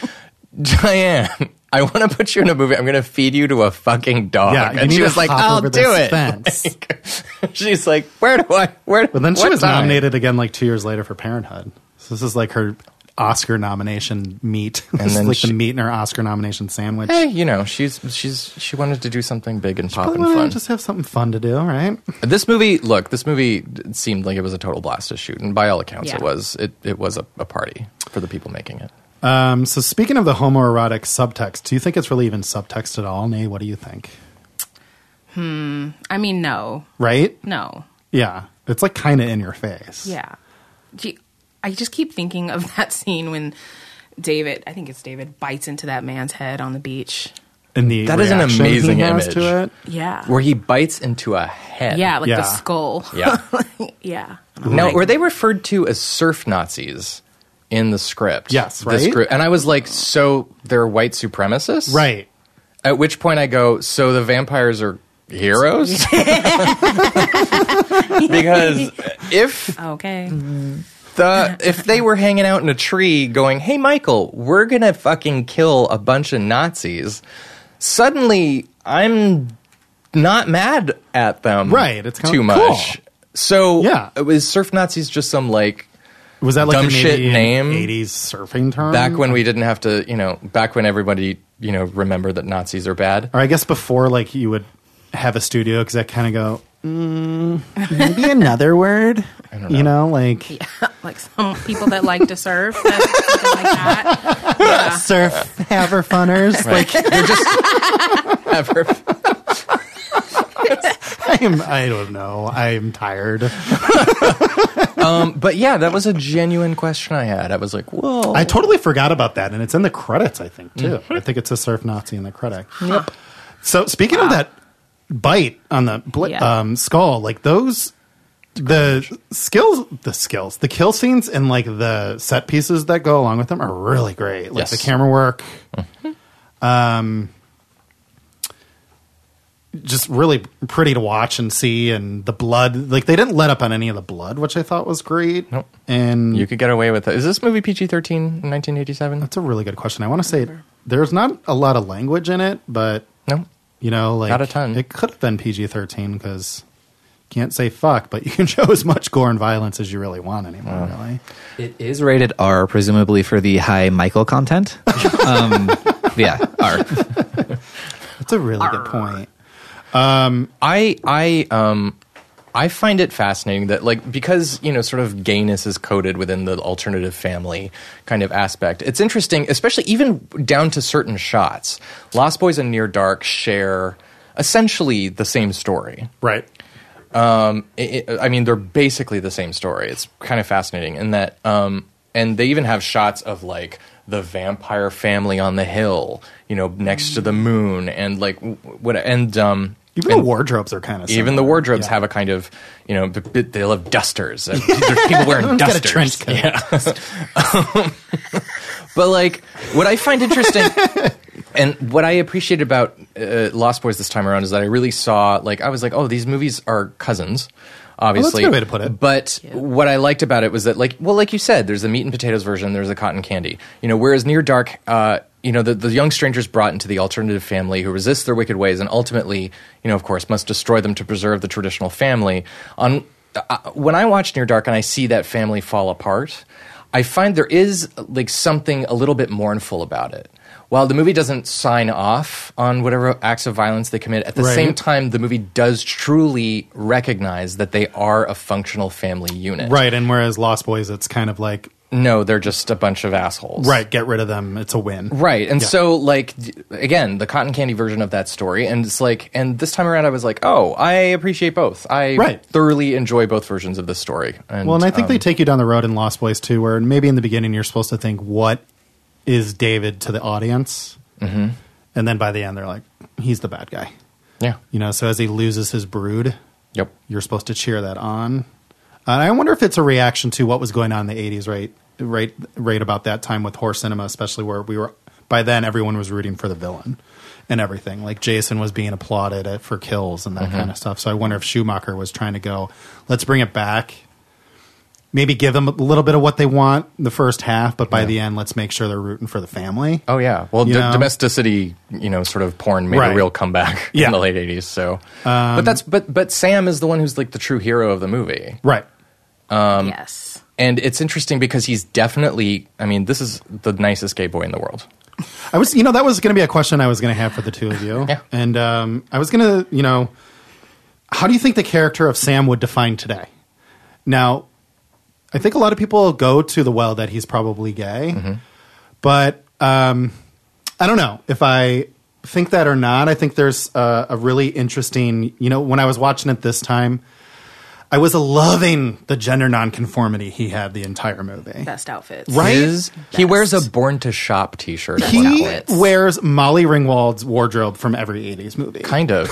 Speaker 3: Diane, I want to put you in a movie. I'm going to feed you to a fucking dog.
Speaker 1: Yeah, you
Speaker 3: and
Speaker 1: need
Speaker 3: she
Speaker 1: to
Speaker 3: was like,
Speaker 1: hop
Speaker 3: I'll
Speaker 1: over
Speaker 3: do
Speaker 1: this
Speaker 3: it.
Speaker 1: fence.
Speaker 3: Like, she's like, where do I? Where?
Speaker 1: But then she
Speaker 3: what
Speaker 1: was
Speaker 3: time?
Speaker 1: nominated again like two years later for Parenthood. So this is like her Oscar nomination meat. This is
Speaker 3: then
Speaker 1: like
Speaker 3: she-
Speaker 1: the meat in her Oscar nomination sandwich.
Speaker 3: Hey, Eh, you know, she's she's she wanted to do something big and pop
Speaker 1: But
Speaker 3: and
Speaker 1: why not
Speaker 3: fun.
Speaker 1: Just have something fun to do, right?
Speaker 3: This movie, look, this movie d- seemed like it was a total blast to shoot, and by all accounts,
Speaker 2: Yeah.
Speaker 3: it was. It it was a, a party for the people making it.
Speaker 1: Um, so speaking of the homoerotic subtext, do you think it's really even subtext at all? Nay, what do you think?
Speaker 2: I mean, no,
Speaker 1: Right?
Speaker 2: no,
Speaker 1: Yeah. It's like kind of in your face.
Speaker 2: yeah. Gee, I just keep thinking of that scene when David, I think it's David, bites into that man's head on the beach.
Speaker 1: And the
Speaker 3: That is an
Speaker 1: reaction he
Speaker 3: amazing
Speaker 1: has
Speaker 3: image.
Speaker 1: to it.
Speaker 2: Yeah,
Speaker 3: where he bites into a head.
Speaker 2: yeah, like
Speaker 1: Yeah.
Speaker 2: the skull.
Speaker 3: Yeah.
Speaker 2: yeah.
Speaker 3: now, were they referred to as surf Nazis in the script?
Speaker 1: Yes,
Speaker 3: This
Speaker 1: right?
Speaker 3: group- and I was like, so they're white supremacists?
Speaker 1: Right.
Speaker 3: At which point I go, so the vampires are heroes? because if
Speaker 2: oh, Okay.
Speaker 3: the if they were hanging out in a tree going, "Hey Michael, we're going to fucking kill a bunch of Nazis." Suddenly, I'm not mad at them.
Speaker 1: Right, it's kinda
Speaker 3: too
Speaker 1: cool.
Speaker 3: much. So,
Speaker 1: Yeah.
Speaker 3: it was surf Nazis just some like
Speaker 1: Was that like
Speaker 3: Dumb
Speaker 1: maybe
Speaker 3: shit
Speaker 1: an
Speaker 3: name.
Speaker 1: 80s surfing term?
Speaker 3: back when we didn't have to, you know, back when everybody, you know, remember that Nazis are bad.
Speaker 1: Or I guess before like you would have a studio because I kind of go, mm, maybe another word. I don't know. You know, like
Speaker 2: like some people that like to surf, that's something like that. Yeah.
Speaker 1: surf haver funners.
Speaker 3: Like they're just ever
Speaker 1: Like I'm, I don't know. I'm tired.
Speaker 3: But yeah, that was a genuine question I had. I was like, whoa.
Speaker 1: I totally forgot about that, and it's in the credits, I think, too.
Speaker 3: Mm-hmm.
Speaker 1: I think it's a surf Nazi in the credit. Yep. So speaking of that bite on the bl-
Speaker 2: Yeah.
Speaker 1: um, skull, like those, the skills, the skills, the kill scenes, and like the set pieces that go along with them are really great. Like
Speaker 3: Yes. Mm-hmm.
Speaker 1: the camera work, um, just really pretty to watch and see, and the blood. Like they didn't let up on any of the blood, which I thought was great.
Speaker 3: Nope.
Speaker 1: And
Speaker 3: you could get away with it. Is this movie PG 13 in 1987?
Speaker 1: that's a really good question. I want to say there's not a lot of language in it, but
Speaker 3: No.
Speaker 1: you know, like
Speaker 3: Not a ton.
Speaker 1: It could have been PG thirteen because can't say fuck, but you can show as much gore and violence as you really want anymore. Really,
Speaker 4: It is rated R, presumably for the high Michael content. um, yeah, R.
Speaker 1: that's a really good point.
Speaker 3: I I um I find it fascinating that like because you know sort of gayness is coded within the alternative family kind of aspect. It's interesting, especially even down to certain shots. Lost Boys and Near Dark share essentially the same story.
Speaker 1: Right.
Speaker 3: it, it- I mean, they're basically the same story. It's kind of fascinating in that, um, and they even have shots of like the vampire family on the hill, you know, next to the moon, and like w- what, and um,
Speaker 1: Even
Speaker 3: and
Speaker 1: the wardrobes are kind of
Speaker 3: even the wardrobes have a kind of, you know, b- b- they'll have dusters. And there's people wearing
Speaker 1: got a
Speaker 3: dusters.
Speaker 1: trench coat.
Speaker 3: Yeah. But like, what I find interesting, and what I appreciate about uh, Lost Boys this time around is that I really saw like I was like, oh, these movies are cousins, obviously.
Speaker 1: good way to put it.
Speaker 3: But what I liked about it was that like, well, like you said, there's the meat and potatoes version, there's the cotton candy. You know, whereas Near Dark, uh, you know, the, the young strangers brought into the alternative family who resist their wicked ways and ultimately, you know, of course, must destroy them to preserve the traditional family. On uh, when I watch Near Dark and I see that family fall apart. I find there is like something a little bit mournful about it. While the movie doesn't sign off on whatever acts of violence they commit, at the
Speaker 1: Right.
Speaker 3: same time, the movie does truly recognize that they are a functional family unit.
Speaker 1: right. And whereas Lost Boys, it's kind of like
Speaker 3: No, they're just a bunch of assholes.
Speaker 1: right, get rid of them. It's a win.
Speaker 3: Right. And
Speaker 1: Yeah.
Speaker 3: so, like, d- again, the cotton candy version of that story. And it's like, and this time around, I was like, oh, I appreciate both. I
Speaker 1: Right.
Speaker 3: thoroughly enjoy both versions of this story. And,
Speaker 1: Well, and I think
Speaker 3: um,
Speaker 1: they take you down the road in Lost Boys too, where maybe in the beginning you're supposed to think, "What is David to the audience?" Mm-hmm. And then by the end, they're like, "He's the bad guy."
Speaker 3: Yeah.
Speaker 1: You know, so as he loses his brood,
Speaker 3: Yep.
Speaker 1: you're supposed to cheer that on. And I wonder if it's a reaction to what was going on in the '80s, right? Right, right about that time with horror cinema, especially where we were. By then, everyone was rooting for the villain and everything. Like Jason was being applauded at, for kills and that kind of stuff. So I wonder if Schumacher was trying to go, let's bring it back. Maybe give them a little bit of what they want in the first half, but by the end, let's make sure they're rooting for the family.
Speaker 3: Oh yeah, well,
Speaker 1: You
Speaker 3: d-
Speaker 1: know?
Speaker 3: domesticity, you know, sort of porn made
Speaker 1: Right.
Speaker 3: a real comeback
Speaker 1: Yeah. Um,
Speaker 3: in the late '80s. So, but that's but but Sam is the one who's like the true hero of the movie,
Speaker 1: Right.
Speaker 2: yes.
Speaker 3: and it's interesting because he's definitely. I mean, this is the nicest gay boy in the world.
Speaker 1: I was, you know, that was going to be a question I was going to have for the two of you.
Speaker 3: Yeah.
Speaker 1: And um, I was going to, you know, how do you think the character of Sam would define today? Now, I think a lot of people go to the well that he's probably gay, But um, I don't know if I think that or not. I think there's a, a really interesting, you know, when I was watching it this time, I was loving the gender nonconformity he had the entire movie.
Speaker 2: Best outfits.
Speaker 1: right?
Speaker 3: His- he wears a born to shop t shirt.
Speaker 1: he
Speaker 2: outfits.
Speaker 1: wears Molly Ringwald's wardrobe from every 80s movie.
Speaker 3: kind of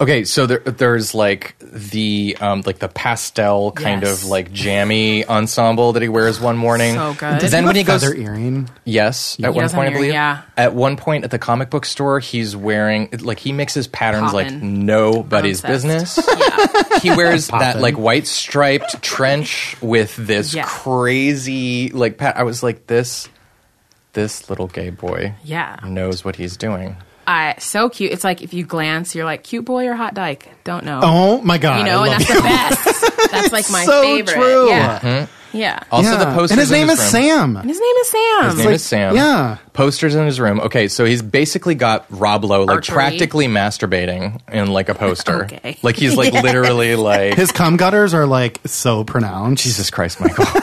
Speaker 3: okay so there, there's like the um like the pastel kind
Speaker 2: Yes.
Speaker 3: of like jammy ensemble that he wears one morning
Speaker 2: So good.
Speaker 3: then when he goes
Speaker 1: Feather earring.
Speaker 3: yes at one
Speaker 2: does have
Speaker 3: point i
Speaker 2: an ear-
Speaker 3: believe
Speaker 2: yeah.
Speaker 3: at one point at the comic book store he's wearing like he mixes patterns like
Speaker 2: Poppin'.
Speaker 3: nobody's
Speaker 2: Obsessed.
Speaker 3: business he wears that like white striped trench with this
Speaker 2: Yeah.
Speaker 3: crazy like pat i was like this this little gay boy
Speaker 2: Yeah.
Speaker 3: knows what he's doing
Speaker 2: I so cute. It's like if you glance, you're like cute boy or hot dyke. Don't know.
Speaker 1: Oh my God.
Speaker 2: you
Speaker 1: I
Speaker 2: know,
Speaker 1: love
Speaker 2: and that's the best. That's like my
Speaker 1: so
Speaker 2: favorite.
Speaker 1: true.
Speaker 2: Yeah. Yeah.
Speaker 3: Mm-hmm. also
Speaker 1: Yeah.
Speaker 3: the poster
Speaker 1: And his name is
Speaker 3: room.
Speaker 1: Sam.
Speaker 2: His name is Sam.
Speaker 3: His name is Sam.
Speaker 1: yeah.
Speaker 3: Posters in his room. Okay, so he's basically got Rob Lowe like
Speaker 2: Archery.
Speaker 3: practically masturbating in like a poster.
Speaker 2: Okay.
Speaker 3: Like he's like literally like
Speaker 1: His cum gutters are like so pronounced.
Speaker 3: Jesus Christ, Michael.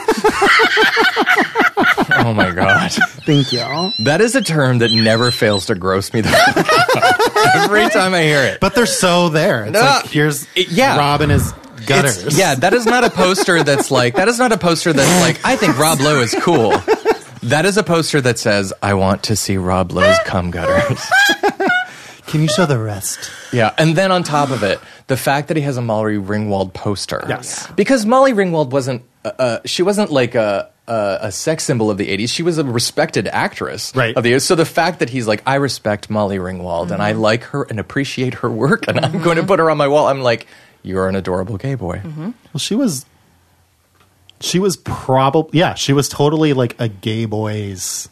Speaker 3: oh my god.
Speaker 1: Thank you.
Speaker 3: That is a term that never fails to gross me the fuck up. every time I hear it.
Speaker 1: But they're so there. It's
Speaker 3: No.
Speaker 1: like here's
Speaker 3: It- yeah.
Speaker 1: Rob and his
Speaker 3: It's-
Speaker 1: gutters.
Speaker 3: yeah, that is not a poster that's like that is not a poster that's like I think Rob Lowe is cool. That is a poster that says I want to see Rob Lowe's cum gutters.
Speaker 1: Can you show the rest?
Speaker 3: Yeah, and then on top of it, the fact that he has a Molly Ringwald poster.
Speaker 1: Yes. Yeah.
Speaker 3: because Molly Ringwald wasn't uh, uh, she wasn't like a, a a sex symbol of the '80s. She was a respected actress
Speaker 1: Right.
Speaker 3: of the '80s. So the fact that he's like, I respect Molly Ringwald and I
Speaker 1: Mm-hmm.
Speaker 3: like her and appreciate her work, and I'm going to put her on my wall. I'm like, you're an adorable gay boy.
Speaker 1: Mm-hmm. Well, she was. She was probably yeah. She was totally like a gay boy's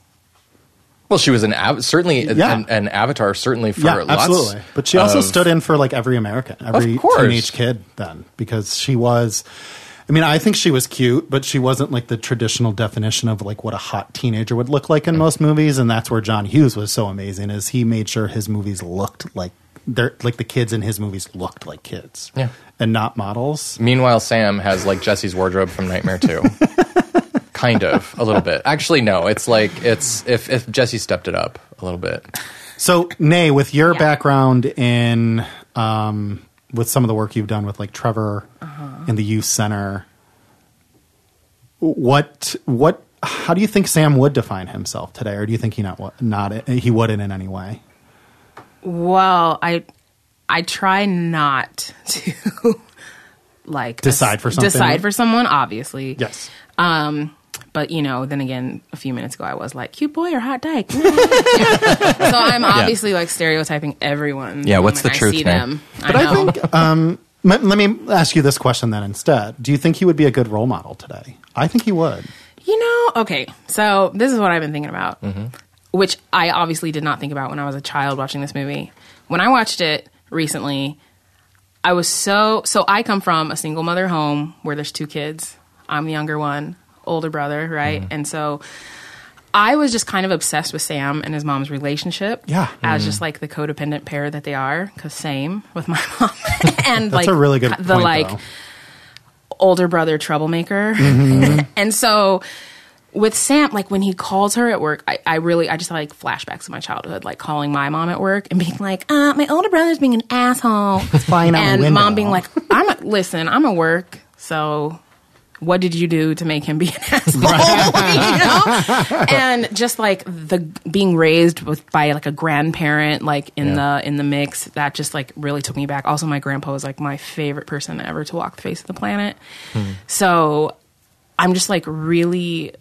Speaker 3: Well, she was an av- certainly an-
Speaker 1: Yeah.
Speaker 3: an, an avatar, certainly for
Speaker 1: yeah,
Speaker 3: lots.
Speaker 1: absolutely. But she also
Speaker 3: of-
Speaker 1: stood in for like every American, every
Speaker 3: course.
Speaker 1: teenage kid then because she was. I mean, I think she was cute, but she wasn't like the traditional definition of like what a hot teenager would look like in most movies, and that's where John Hughes was so amazing is he made sure his movies looked like they're like the kids in his movies looked like kids,
Speaker 3: Yeah.
Speaker 1: and not models.
Speaker 3: Meanwhile, Sam has like Jesse's wardrobe from Nightmare 2. kind of, a little bit. Actually, no. It's like it's if if Jesse stepped it up a little bit.
Speaker 1: So, Nay, with your
Speaker 2: Yeah.
Speaker 1: background in um, with some of the work you've done with like Trevor
Speaker 2: Uh-huh.
Speaker 1: in the youth center, what what how do you think Sam would define himself today, or do you think he not wa- not he wouldn't in any way?
Speaker 2: Well, I I try not to like
Speaker 1: Decide for something.
Speaker 2: Decide for someone, obviously. Um,
Speaker 1: Yes,
Speaker 2: But you know, then again, a few minutes ago I was like, cute boy or hot dyke. so I'm obviously like stereotyping everyone.
Speaker 3: Yeah, what's
Speaker 2: when
Speaker 3: the
Speaker 2: I
Speaker 3: truth,
Speaker 2: see
Speaker 3: man?
Speaker 2: them.
Speaker 1: but
Speaker 2: I
Speaker 1: I,
Speaker 2: know.
Speaker 1: think um, let, let me ask you this question then instead: Do you think he would be a good role model today? I think he would.
Speaker 2: You know, okay. So this is what I've been thinking about, which I obviously did not think about when I was a child watching this movie. When I watched it recently, I was so so. I come from a single mother home where there's two kids. I'm the younger one, older brother, right? And so I was just kind of obsessed with Sam and his mom's relationship.
Speaker 1: Yeah.
Speaker 2: as just like the codependent pair that they are. Because same with my mom and
Speaker 1: That's
Speaker 2: like
Speaker 1: a really good
Speaker 2: the
Speaker 1: point,
Speaker 2: like
Speaker 1: though.
Speaker 2: older brother troublemaker.
Speaker 1: Mm-hmm.
Speaker 2: and so with Sam, like when he calls her at work, I, I really, I just had, like flashbacks of my childhood, like calling my mom at work and being like, uh, my older brother's being an asshole.
Speaker 1: Flying out the
Speaker 2: and
Speaker 1: window.
Speaker 2: mom being like, I'm a, listen, I'm at work. So what did you do to make him be an asshole? you know? And just like the being raised with by like a grandparent, like in
Speaker 3: Yeah.
Speaker 2: the in the mix, that just like really took me back. Also, my grandpa was like my favorite person ever to walk the face of the planet. So I'm just like really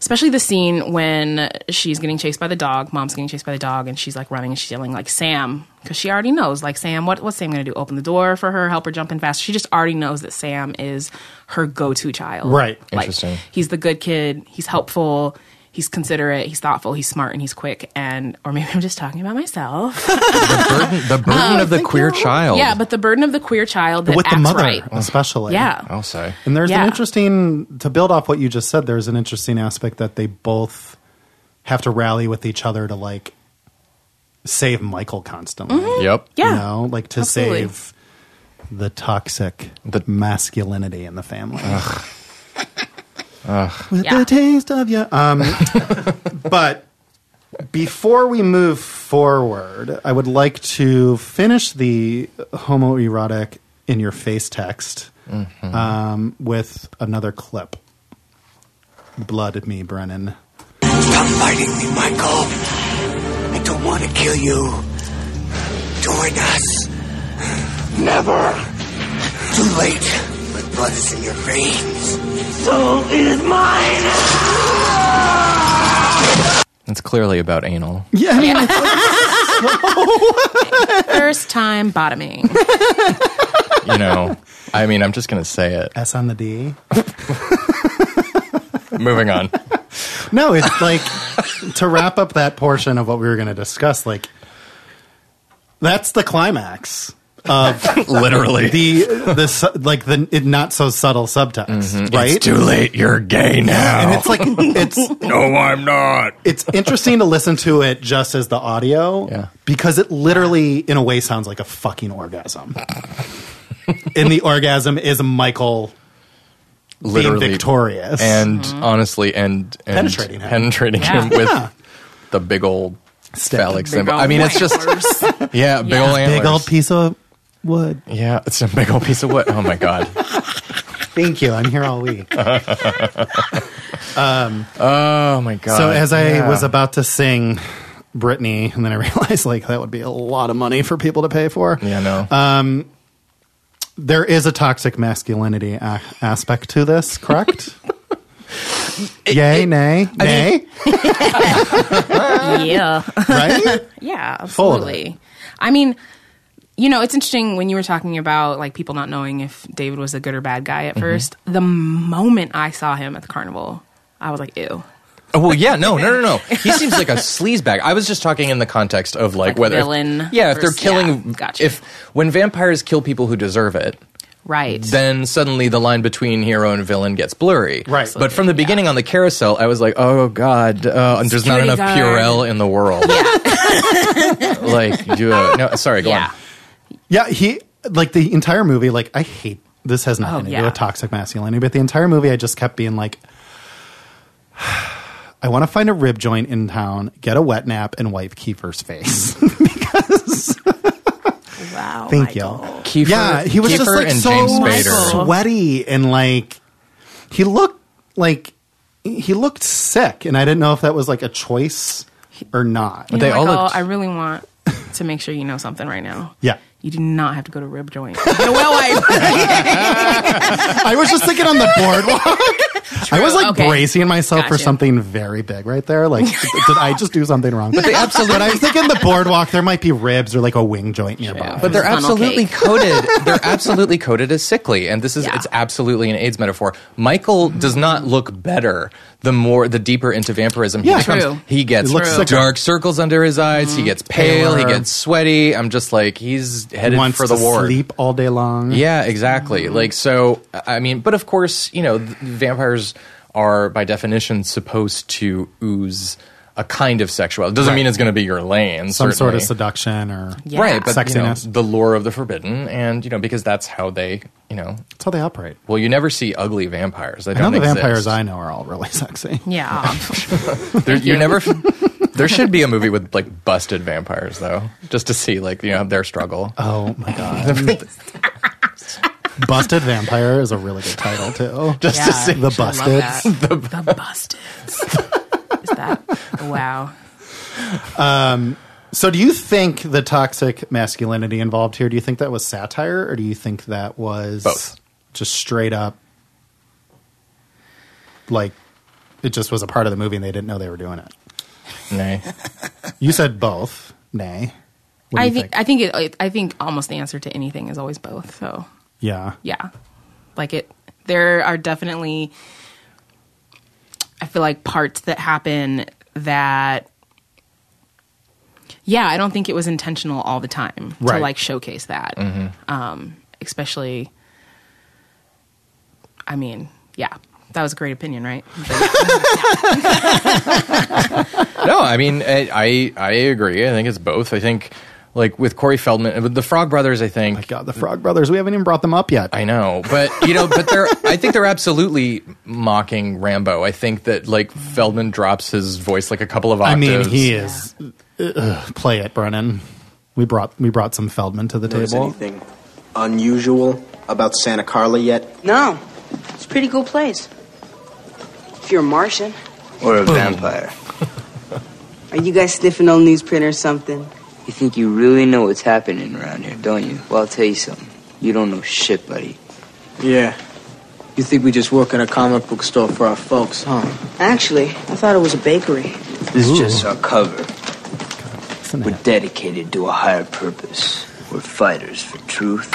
Speaker 2: especially the scene when she's getting chased by the dog mom's getting chased by the dog and she's like running and she's yelling like sam because she already knows like sam what, what's sam going to do open the door for her help her jump in fast she just already knows that sam is her go-to child
Speaker 1: Right.
Speaker 2: like,
Speaker 3: Interesting.
Speaker 2: he's the good kid he's helpful he's considerate he's thoughtful he's smart and he's quick and or maybe i'm just talking about myself
Speaker 3: The burden, the burden
Speaker 1: Oh,
Speaker 3: of the queer child.
Speaker 2: yeah but the burden of the queer child that
Speaker 1: with the
Speaker 2: acts
Speaker 1: mother Oh,
Speaker 2: right
Speaker 1: especially.
Speaker 2: yeah
Speaker 3: I'll say.
Speaker 1: And there's an
Speaker 2: Yeah.
Speaker 1: interesting to build off what you just said. There's an interesting aspect that they both have to rally with each other to like save Michael constantly.
Speaker 3: Yep.
Speaker 2: Yeah.
Speaker 1: you know, like to
Speaker 2: Absolutely.
Speaker 1: save the toxic
Speaker 3: The-
Speaker 1: masculinity in the family. With
Speaker 2: Yeah.
Speaker 1: the taste of you. Um, but before we move forward, I would like to finish the homoerotic in your face text um, with another clip. Blood me, Brennan.
Speaker 5: Stop fighting me, Michael. I don't want to kill you. Join us. Never. Too late. My blood is in your veins. Soul is mine.
Speaker 3: It's clearly about anal.
Speaker 1: Yeah, I mean, it's like-
Speaker 2: First time bottoming.
Speaker 3: You know, I mean, I'm just gonna say it.
Speaker 1: S on the D.
Speaker 3: Moving on.
Speaker 1: No, it's like to wrap up that portion of what we were going to discuss. Like that's the climax of
Speaker 3: Literally.
Speaker 1: the the su- like the it not so subtle subtext, right?
Speaker 3: Mm-hmm. It's too late. You're gay now.
Speaker 1: and it's like it's
Speaker 3: no, I'm not.
Speaker 1: it's interesting to listen to it just as the audio
Speaker 3: Yeah.
Speaker 1: because it literally in a way sounds like a fucking orgasm. and the orgasm is Michael
Speaker 3: Literally
Speaker 1: being victorious.
Speaker 3: And
Speaker 2: Mm-hmm.
Speaker 3: honestly, and, and
Speaker 1: Penetrating him.
Speaker 3: penetrating him with the big old phallic symbol. I mean, it's just yeah, big old antlers.
Speaker 1: big old piece of wood.
Speaker 3: yeah, it's a big old piece of wood. Oh my god.
Speaker 1: Thank you. I'm here all week.
Speaker 3: Oh my god.
Speaker 1: So as I
Speaker 3: Yeah.
Speaker 1: was about to sing Brittany, and then I realized like that would be a lot of money for people to pay for.
Speaker 3: yeah, no.
Speaker 1: Uh, There is a toxic masculinity a- aspect to this, correct? Yay, nay, nay,
Speaker 2: yeah.
Speaker 1: right?
Speaker 2: Yeah,
Speaker 1: Full of it.
Speaker 2: absolutely. I mean, you know, it's interesting when you were talking about like people not knowing if David was a good or bad guy
Speaker 3: Mm-hmm.
Speaker 2: at first. The moment I saw him at the carnival, I was like, ew.
Speaker 3: Oh, well, yeah, no, no, no, no. He seems like a sleazebag. I was just talking in the context of like,
Speaker 2: Like
Speaker 3: whether
Speaker 2: villain
Speaker 3: yeah, if they're
Speaker 2: versus-
Speaker 3: killing,
Speaker 2: yeah, gotcha.
Speaker 3: if when vampires kill people who deserve it,
Speaker 2: Right.
Speaker 3: then suddenly the line between hero and villain gets blurry.
Speaker 1: Right.
Speaker 3: But from the beginning on the carousel, I was like, oh god, uh, and there's not
Speaker 2: Security
Speaker 3: enough
Speaker 2: guard.
Speaker 3: Purell in the world. like, do a, no, sorry, go
Speaker 2: yeah.
Speaker 3: on.
Speaker 1: Yeah, he like the entire movie. Like I hate this has nothing
Speaker 2: Oh,
Speaker 1: to
Speaker 2: yeah.
Speaker 1: do with toxic masculinity, but the entire movie I just kept being like, I want to find a rib joint in town, get a wet nap, and wipe Kiefer's face.
Speaker 2: Oh, Wow.
Speaker 1: Thank you.
Speaker 3: Kiefer-
Speaker 1: yeah, he was just
Speaker 3: Kiefer
Speaker 1: like
Speaker 3: and
Speaker 1: so
Speaker 3: James Spader.
Speaker 1: sweaty and like he looked like he looked sick, and I didn't know if that was like a choice or not.
Speaker 2: You know,
Speaker 3: They all
Speaker 2: Michael,
Speaker 3: looked-
Speaker 2: I really want to make sure you know something right now.
Speaker 1: Yeah,
Speaker 2: You do not have to go to rib joint. Get a well wipe.
Speaker 1: I was just thinking on the boardwalk. I was like
Speaker 2: okay.
Speaker 1: bracing myself for
Speaker 2: Gotcha.
Speaker 1: something very big right there. Like, did I just do something wrong? But,
Speaker 3: absolutely.
Speaker 1: I was thinking the boardwalk. There might be ribs or like a wing joint nearby.
Speaker 3: But they're
Speaker 2: Funnel
Speaker 3: absolutely
Speaker 2: cake.
Speaker 3: coded. They're absolutely coded as sickly, and this is
Speaker 2: Yeah.
Speaker 3: it's absolutely an AIDS metaphor. Michael does not look better the more the deeper into vampirism
Speaker 1: Yeah.
Speaker 3: he becomes.
Speaker 2: True. Mm-hmm.
Speaker 3: He gets
Speaker 1: He looks True. sicker.
Speaker 3: dark circles under his eyes. He gets pale. He
Speaker 1: Paler.
Speaker 3: gets sweaty. I'm just like he's headed
Speaker 1: wants
Speaker 3: for the
Speaker 1: to
Speaker 3: war.
Speaker 1: sleep all day long.
Speaker 3: Yeah, exactly.
Speaker 2: Mm-hmm.
Speaker 3: Like so, I mean, but of course, you know, th- vampires are by definition supposed to ooze a kind of sexuality. Doesn't mean it's going to be your lane.
Speaker 1: some sort
Speaker 3: certainly.
Speaker 1: of seduction or
Speaker 2: Yeah.
Speaker 3: Right, but you know,
Speaker 1: Sexiness.
Speaker 3: the lure of the forbidden, and you know, because that's how they, you know,
Speaker 1: that's how they operate.
Speaker 3: well, you never see ugly vampires. They
Speaker 1: I know
Speaker 3: don't
Speaker 1: the
Speaker 3: exist.
Speaker 1: vampires I know are all really sexy.
Speaker 2: yeah.
Speaker 3: There, you never. there should be a movie with like busted vampires, though, just to see like you know their struggle.
Speaker 1: Oh my god. Busted Vampire is a really good title too. Just
Speaker 2: Yeah. see.
Speaker 1: the
Speaker 2: I love
Speaker 1: busted.
Speaker 2: that. the busted. Is that wow?
Speaker 1: So do you think the toxic masculinity involved here, do you think that was satire or do you think that was
Speaker 3: Both.
Speaker 1: just straight up like it just was a part of the movie and they didn't know they were doing it?
Speaker 3: Nay.
Speaker 1: You said both. Nay. What do
Speaker 2: I
Speaker 1: you
Speaker 2: think, I think it, I think almost the answer to anything is always both. So
Speaker 1: yeah.
Speaker 2: yeah, like it. There are definitely, I feel like parts that happen that. Yeah, I don't think it was intentional all the time to
Speaker 1: Right. Mm-hmm.
Speaker 2: like showcase that, um, especially. I mean, yeah, that was a great opinion, right?
Speaker 3: no, I mean, I, I I agree. I think it's both. I think Like with Corey Feldman, with the Frog Brothers, I think.
Speaker 1: Oh God, the Frog Brothers. We haven't even brought them up yet.
Speaker 3: I know, but you know, but they're. I think they're absolutely mocking Rambo. I think that like Feldman drops his voice like a couple of
Speaker 1: I
Speaker 3: octaves.
Speaker 1: mean, he is. Ugh, play it, Brennan. We brought we brought some Feldman to the
Speaker 6: Notice
Speaker 1: table.
Speaker 6: anything unusual about Santa Carla yet?
Speaker 7: No, it's a pretty cool place.
Speaker 8: If you're a Martian,
Speaker 5: Or a vampire.
Speaker 8: are you guys sniffing on newsprint or something?
Speaker 5: You think you really know what's happening around here, don't you? Well, I'll tell you something. You don't know shit, buddy.
Speaker 6: Yeah. You think we just work at a comic book store for our folks, huh?
Speaker 8: Actually, I thought it was a bakery.
Speaker 5: This is just our cover.
Speaker 1: Listen to
Speaker 5: We're
Speaker 1: him.
Speaker 5: dedicated to a higher purpose. We're fighters for truth,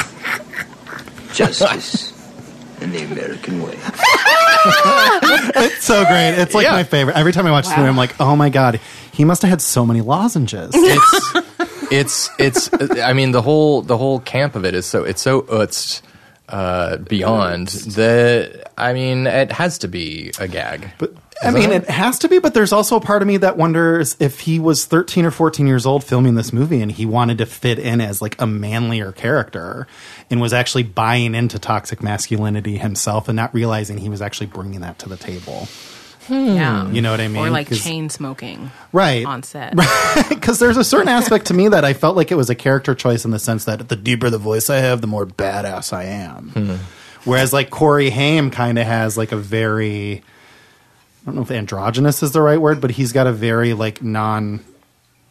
Speaker 5: justice, and the American way.
Speaker 1: It's so great. It's like my favorite. Every time I watch this movie, I'm like, oh my god, he must have had so many lozenges.
Speaker 3: it's it's it's i mean the whole the whole camp of it is so it's so utzed uh beyond that i mean it has to be a gag
Speaker 1: But I mean, it has to be. But there's also a part of me that wonders if he was 13 or 14 years old filming this movie and he wanted to fit in as like a manlier character and was actually buying into toxic masculinity himself and not realizing he was actually bringing that to the table.
Speaker 2: yeah.
Speaker 1: You know what I mean?
Speaker 2: Or like
Speaker 1: 'Cause-
Speaker 2: chain smoking
Speaker 1: Right.
Speaker 2: on set.
Speaker 1: Because there's a certain aspect to me that I felt like it was a character choice in the sense that the deeper the voice I have, the more badass I am. Whereas like Corey Haim kind of has like a very, I don't know if androgynous is the right word, but he's got a very like non.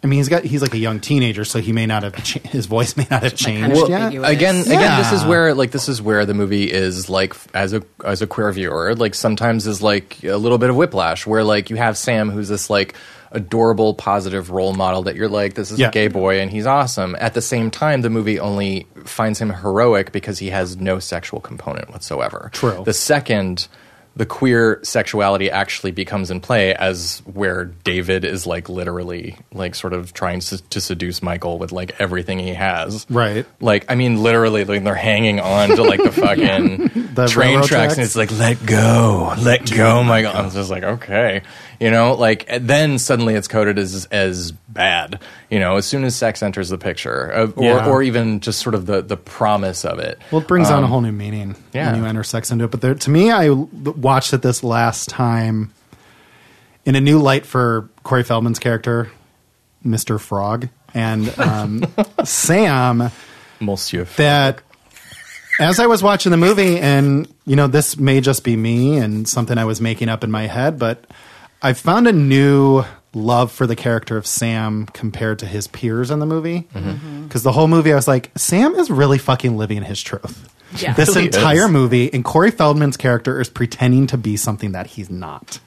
Speaker 1: I mean, he's got he's like a young teenager, so he may not have cha- his voice may not have changed
Speaker 2: Well,
Speaker 1: yet.
Speaker 2: ambiguous.
Speaker 3: again again this is
Speaker 1: Yeah.
Speaker 3: where like this is where the movie is like f- as a as a queer viewer like sometimes is like a little bit of whiplash where like you have sam who's this like adorable positive role model that you're like this is
Speaker 1: Yeah.
Speaker 3: a gay boy and he's awesome at the same time the movie only finds him heroic because he has no sexual component whatsoever
Speaker 1: True.
Speaker 3: the second the queer sexuality actually becomes in play as where David is like literally like sort of trying to, to seduce Michael with like everything he has.
Speaker 1: Right.
Speaker 3: Like I mean literally like they're hanging on to like the fucking
Speaker 1: The
Speaker 3: train
Speaker 1: railroad tracks?
Speaker 3: tracks, and it's like let go, let go, Michael. I'm just like okay. You know, like and then suddenly it's coded as as bad. You know, as soon as sex enters the picture, uh, or,
Speaker 1: Yeah.
Speaker 3: or even just sort of the the promise of it.
Speaker 1: Well, it brings on a whole new meaning
Speaker 3: yeah.
Speaker 1: when you enter sex into it. But there, to me, I l- watched it this last time in a new light for Corey Feldman's character, Mr. Frog, and um, Sam
Speaker 3: Monsieur
Speaker 1: that as I was watching the movie, and you know, this may just be me and something I was making up in my head, but I found a new love for the character of Sam compared to his peers in the movie.
Speaker 3: Mm-hmm.
Speaker 1: Because the whole movie, I was like, Sam is really fucking living his truth.
Speaker 2: Yeah.
Speaker 1: This
Speaker 3: Really
Speaker 1: entire
Speaker 3: is.
Speaker 1: movie, and Corey Feldman's character is pretending to be something that he's not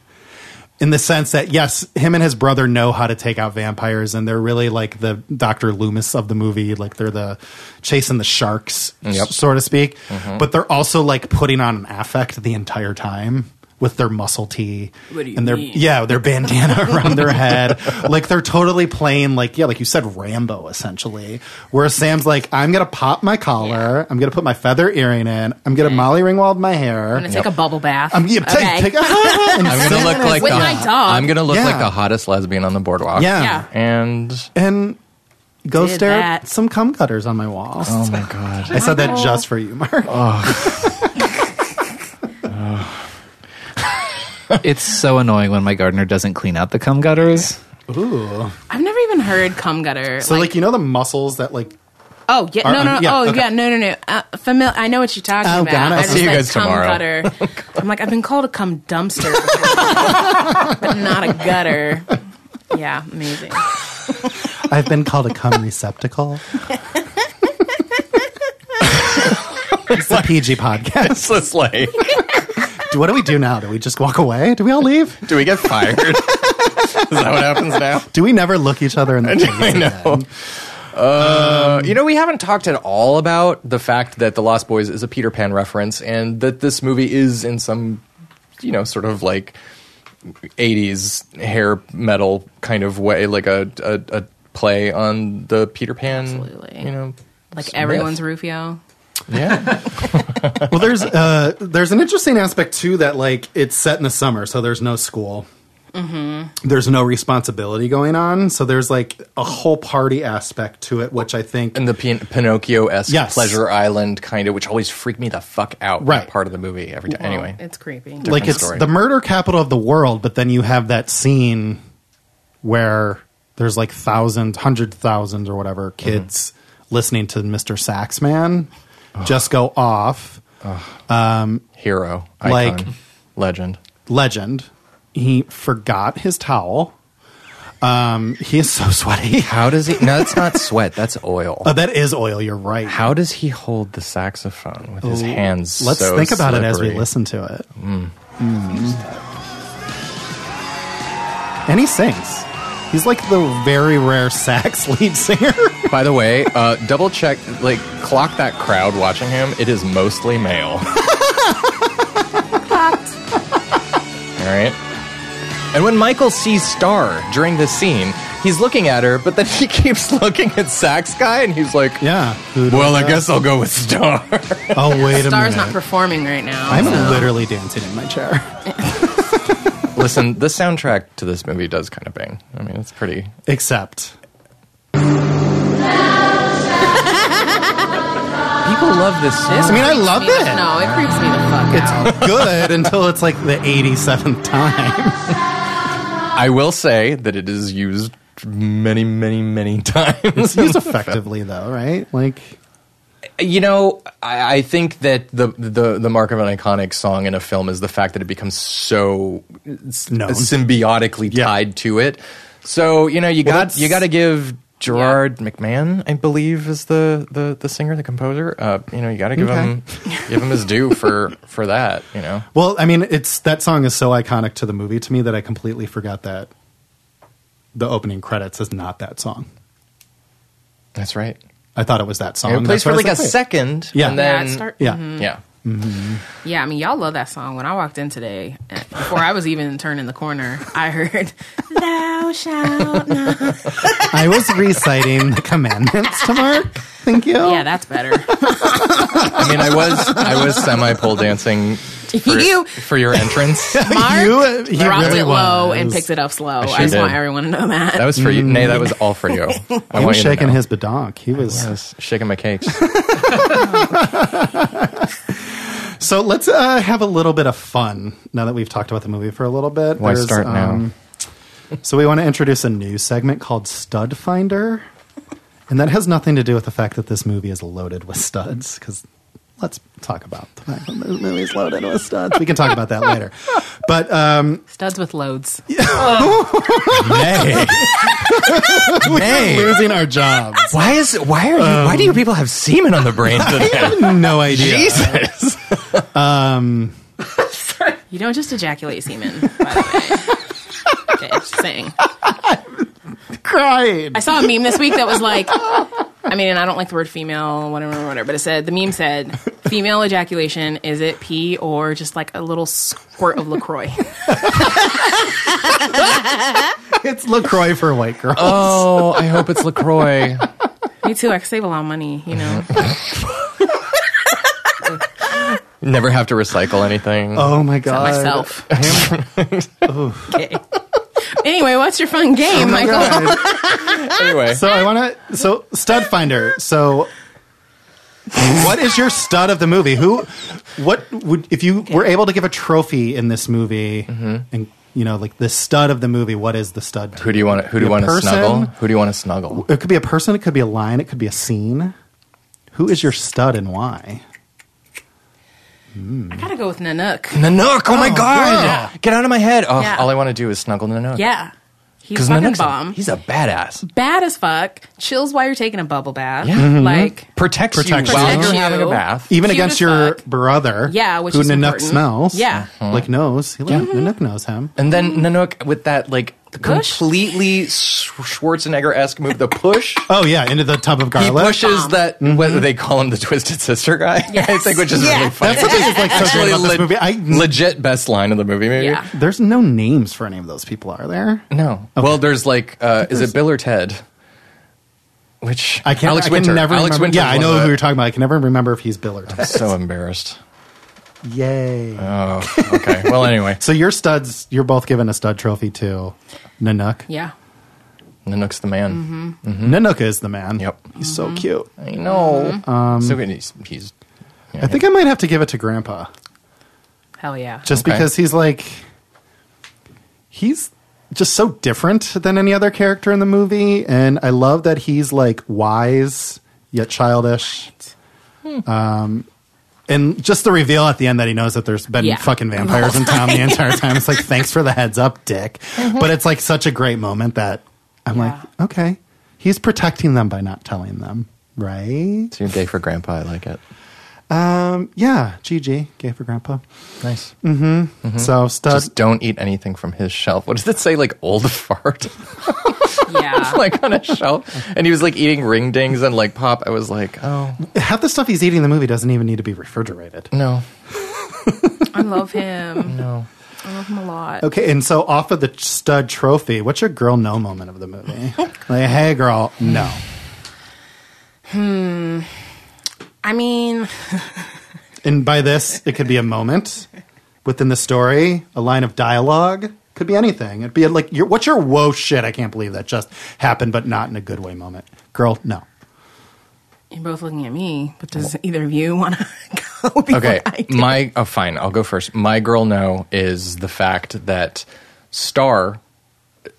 Speaker 1: in the sense that yes, him and his brother know how to take out vampires, and they're really like the Doctor Loomis of the movie, like they're the chasing the sharks,
Speaker 3: Yep.
Speaker 1: s- so to speak. But they're also like putting on an affect the entire time with their muscle tee
Speaker 2: What do you
Speaker 1: and their
Speaker 2: mean?
Speaker 1: yeah their bandana around their head, like they're totally playing like yeah, like you said, Rambo essentially. Whereas Sam's like, I'm gonna pop my collar, I'm gonna put my feather earring in, I'm gonna Molly Ringwald my hair.
Speaker 2: I'm gonna take a bubble bath.
Speaker 1: I'm Um, yeah, take,
Speaker 2: Okay.
Speaker 1: take a, and
Speaker 3: I'm gonna
Speaker 1: Sam
Speaker 3: look
Speaker 1: is
Speaker 3: like
Speaker 2: With
Speaker 3: the,
Speaker 2: my dog.
Speaker 3: I'm gonna look
Speaker 1: Yeah.
Speaker 3: like the hottest lesbian on the boardwalk.
Speaker 1: yeah.
Speaker 2: Yeah.
Speaker 3: And
Speaker 1: and go
Speaker 2: Did
Speaker 1: stare at
Speaker 2: that. Oh.
Speaker 1: some cum gutters on my wall.
Speaker 3: oh my god.
Speaker 1: I said that just for you, Mark.
Speaker 4: it's so annoying when my gardener doesn't clean out the cum gutters.
Speaker 1: Ooh.
Speaker 2: I've never even heard cum gutter.
Speaker 1: So like, you know the muscles that like
Speaker 2: Oh yeah,
Speaker 1: Or,
Speaker 2: no,
Speaker 1: um,
Speaker 2: no,
Speaker 1: yeah,
Speaker 2: oh
Speaker 1: okay.
Speaker 2: yeah, no, no, no. Uh, famil- I know what you're talking
Speaker 1: Oh,
Speaker 2: about.
Speaker 1: God, I
Speaker 2: I
Speaker 1: see
Speaker 2: just
Speaker 3: you
Speaker 2: said
Speaker 3: guys
Speaker 2: cum
Speaker 3: tomorrow.
Speaker 1: Oh,
Speaker 2: gutter. I'm like, I've been called a cum dumpster, before, but not a gutter. Yeah, amazing.
Speaker 1: I've been called a cum receptacle. it's the PG podcast.
Speaker 3: It's just like,
Speaker 1: What do we do now? Do we just walk away? Do we all leave?
Speaker 3: do we get fired? Is that what happens now?
Speaker 1: Do we never look each other in the face?
Speaker 3: I know.
Speaker 1: again?
Speaker 3: Uh, you know, we haven't talked at all about the fact that The Lost Boys is a Peter Pan reference and that this movie is in some, you know, sort of like 80s hair metal kind of way, like a, a, a play on the Peter Pan,
Speaker 2: Absolutely.
Speaker 3: you know.
Speaker 2: Like
Speaker 3: myth.
Speaker 2: everyone's Rufio.
Speaker 3: Yeah.
Speaker 1: Well, there's uh, there's an interesting aspect too that like it's set in the summer, so there's no school.
Speaker 2: Mm-hmm.
Speaker 1: there's no responsibility going on. So there's like a whole party aspect to it, which I think
Speaker 3: And the pin- Pinocchio esque
Speaker 1: Yes.
Speaker 3: Pleasure Island kind of, which always freaked me the fuck out. that
Speaker 1: Right.
Speaker 3: part of the movie every time. Anyway,
Speaker 2: Oh, it's creepy.
Speaker 1: like it's
Speaker 3: story.
Speaker 1: the murder capital of the world, but then you have that scene where there's like thousand, hundred thousand or whatever kids listening to Mr. Saxman just go off.
Speaker 3: hero,
Speaker 1: Like-
Speaker 3: icon, legend.
Speaker 1: Legend. He forgot his towel. Um, he is so sweaty.
Speaker 3: How does he? No, that's not sweat. That's oil.
Speaker 1: Oh, that is oil. You're right.
Speaker 3: How does he hold the saxophone with his hands?
Speaker 1: Let's
Speaker 3: so
Speaker 1: think about it as we
Speaker 3: slippery?
Speaker 1: listen to it. Mm. And he sings. He's like the very rare sax lead singer.
Speaker 3: By the way, uh, double check, like clock that crowd watching him. It is mostly male. All right. And when Michael sees Star during this scene, he's looking at her, but then he keeps looking at Sax Guy, and he's like,
Speaker 1: yeah.
Speaker 3: "Well, I guess I'll go with Star."
Speaker 1: Oh wait a
Speaker 2: Star's
Speaker 1: minute.
Speaker 2: not performing right now.
Speaker 1: I'm
Speaker 2: so-
Speaker 1: literally dancing in my chair.
Speaker 3: Listen, the soundtrack to this movie does kind of bang. I mean, it's pretty.
Speaker 1: Except
Speaker 3: People love this song.
Speaker 1: I mean I love
Speaker 2: Creeps me the-
Speaker 1: it.
Speaker 2: No, it creeps me the fuck out.
Speaker 1: Good until it's like the 87th time.
Speaker 3: I will say that it is used many, many, many times.
Speaker 1: Used effectively though, right? Like
Speaker 3: you know, I, I think that the, the the mark of an iconic song in a film is the fact that it becomes so s-
Speaker 1: Known.
Speaker 3: symbiotically
Speaker 1: Yeah.
Speaker 3: tied to it. So you know, you
Speaker 1: Well,
Speaker 3: got
Speaker 1: that's-
Speaker 3: you got to give Gerard McMahon, I believe, is the the, the singer, the composer. Uh, you know, you got to give
Speaker 1: Okay.
Speaker 3: him give him his due for for that. You know,
Speaker 1: Well, I mean, it's that song is so iconic to the movie to me that I completely forgot that the opening credits is not that song.
Speaker 3: that's right. Um,
Speaker 1: I thought it was that song.
Speaker 3: it plays
Speaker 1: That's why
Speaker 3: for
Speaker 1: I was
Speaker 3: like a
Speaker 1: "Wait."
Speaker 3: second, Mm-hmm.
Speaker 1: Yeah.
Speaker 3: and
Speaker 2: Yeah,
Speaker 3: then
Speaker 2: it start-
Speaker 1: Yeah.
Speaker 3: yeah.
Speaker 2: Yeah, I mean, y'all love that song. When I walked in today, eh, before I was even turning the corner, I heard "Thou shalt not."
Speaker 1: I was reciting the commandments to Mark. Thank you.
Speaker 2: Yeah, that's better.
Speaker 3: I mean, I was I was semi pole dancing for,
Speaker 2: You-
Speaker 3: for your entrance.
Speaker 2: Mark
Speaker 1: You- he
Speaker 2: drops
Speaker 1: really
Speaker 2: it low
Speaker 1: was.
Speaker 2: and picks it up slow. I,
Speaker 3: sure
Speaker 2: just
Speaker 3: did.
Speaker 2: want everyone to know that.
Speaker 3: That was for you. Nay, that was all for you. I
Speaker 1: He was
Speaker 3: want you to
Speaker 1: shaking
Speaker 3: know.
Speaker 1: his badonk. He was.
Speaker 3: I was shaking my cakes.
Speaker 1: So let's uh, have a little bit of fun now that we've talked about the movie for a little bit. um,
Speaker 3: Why start now?
Speaker 1: so we want to introduce a new segment called Stud Finder, and that has nothing to do with the fact that this movie is loaded with studs. Because let's talk about the fact that this movie is loaded with studs. We can talk about that later. But um,
Speaker 2: Studs with loads.
Speaker 3: Nay. Nay.
Speaker 1: losing our jobs.
Speaker 3: Why is why are you why do you people have semen on the brain today?
Speaker 1: No idea.
Speaker 3: Jesus.
Speaker 2: You don't just ejaculate semen, by the way. Okay, just saying.
Speaker 1: Crying.
Speaker 2: I saw a meme this week that was like, I mean, and I don't like the word female, whatever, whatever, but it said, the meme said, female ejaculation, is it pee or just like a little squirt of LaCroix?
Speaker 1: It's LaCroix for white girls.
Speaker 3: Oh, I hope it's LaCroix.
Speaker 2: Me too, I could save a lot of money, you know?
Speaker 3: Never have to recycle anything.
Speaker 1: oh my
Speaker 2: Not
Speaker 1: god.
Speaker 2: myself. okay. Anyway, what's your fun game, Michael?
Speaker 3: Anyway.
Speaker 1: So I want to. So stud finder. So what is your stud of the movie? Who? What would if you were able to give a trophy in this movie?
Speaker 2: Mm-hmm.
Speaker 1: And you know, like the stud of the movie. What is the stud? To?
Speaker 3: who do you want to, who do
Speaker 1: Be
Speaker 3: you
Speaker 1: a
Speaker 3: want to
Speaker 1: person?
Speaker 3: snuggle? Who do you want to snuggle?
Speaker 1: It could be a person. It could be a line. It could be a scene. Who is your stud and why?
Speaker 2: I gotta go with Nanook.
Speaker 3: Nanook, oh my god. Get out of my head. Oh,
Speaker 2: Yeah.
Speaker 3: all I want to do is snuggle Nanook.
Speaker 2: Yeah. He's
Speaker 3: Cuz
Speaker 2: fucking
Speaker 3: Nanook's a-
Speaker 2: bomb.
Speaker 3: he's a badass.
Speaker 2: bad as fuck, chills while you're taking a bubble bath.
Speaker 3: Yeah.
Speaker 2: Like,
Speaker 3: Protects,
Speaker 1: Protects
Speaker 3: you while
Speaker 2: you.
Speaker 3: you're having a bath.
Speaker 1: Even
Speaker 2: Cute
Speaker 1: against
Speaker 2: as
Speaker 1: your
Speaker 2: fuck.
Speaker 1: brother,
Speaker 2: Yeah, which
Speaker 1: who
Speaker 2: is
Speaker 1: Nanook
Speaker 2: important.
Speaker 1: smells, Uh-huh.
Speaker 2: Yeah. Mm-hmm.
Speaker 1: like knows, yeah. Nanook knows him.
Speaker 3: And then Nanook with that like
Speaker 2: push?
Speaker 3: completely Schwarzenegger esque move, the push.
Speaker 1: Oh yeah, into the tub of
Speaker 3: He
Speaker 1: garlic.
Speaker 3: pushes that
Speaker 1: Mm-hmm.
Speaker 3: whether they call him the twisted sister guy, I think, which is really funny.
Speaker 1: That's what is like so great
Speaker 3: Actually,
Speaker 1: about this
Speaker 3: le-
Speaker 1: movie. I,
Speaker 3: legit best line of the movie, maybe.
Speaker 2: yeah.
Speaker 1: there's no names for any of those people, are there?
Speaker 3: No. Well, there's like, uh, is it Bill or Ted? Which
Speaker 1: I can't.
Speaker 3: Alex
Speaker 1: I can
Speaker 3: Winter.
Speaker 1: never
Speaker 3: Alex
Speaker 1: remember.
Speaker 3: Winter.
Speaker 1: Yeah, I know who
Speaker 3: we
Speaker 1: you're talking about. I can never remember if he's Bill or Ted.
Speaker 3: So embarrassed. Oh,
Speaker 1: Yay.
Speaker 3: Okay. Well, anyway,
Speaker 1: Uh, so your studs, you're both given a stud trophy too. Nanook.
Speaker 2: Yeah.
Speaker 3: Nanook's the
Speaker 2: Mm-hmm.
Speaker 3: man.
Speaker 1: Nanook is the man.
Speaker 3: Mm-hmm. Yep.
Speaker 1: He's so cute.
Speaker 3: I know. so good. He's, he's
Speaker 1: Mm-hmm. Um, I think I might have to give it to Grandpa.
Speaker 2: Hell yeah.
Speaker 1: just
Speaker 3: Okay.
Speaker 1: because he's like he's just so different than any other character in the movie and i love that he's like wise yet childish
Speaker 2: Hmm.
Speaker 1: um and just the reveal at the end that he knows that there's been
Speaker 2: Yeah.
Speaker 1: fucking vampires in town the entire time it's like thanks for the heads up dick but it's like such a great moment that i'm like
Speaker 2: Mm-hmm. Yeah.
Speaker 1: okay he's protecting them by not telling them right
Speaker 3: so you're gay for grandpa. I like it.
Speaker 1: um yeah gg gay for grandpa
Speaker 3: Nice.
Speaker 2: Mm-hmm.
Speaker 1: so stud
Speaker 3: Just don't eat anything from his shelf. What does it say? Like old fart,
Speaker 2: Yeah.
Speaker 3: like on a shelf. And he was like eating ring dings and like pop. I was like, oh
Speaker 1: half the stuff he's eating in the movie doesn't even need to be refrigerated.
Speaker 3: no,
Speaker 2: I love him.
Speaker 3: no.
Speaker 2: I love him a lot.
Speaker 1: Okay, and so off of the stud trophy, what's your girl no moment of the movie? like, hey girl, no.
Speaker 2: I mean,
Speaker 1: And by this, it could be a moment within the story, a line of dialogue, could be anything. It'd be like, your, what's your whoa shit? I can't believe that just happened, but not in a good way moment. Girl, no.
Speaker 2: you're both looking at me, but does either of you want to go? before
Speaker 3: Okay,
Speaker 2: I do?
Speaker 3: my oh fine, I'll go first. My girl no is the fact that Star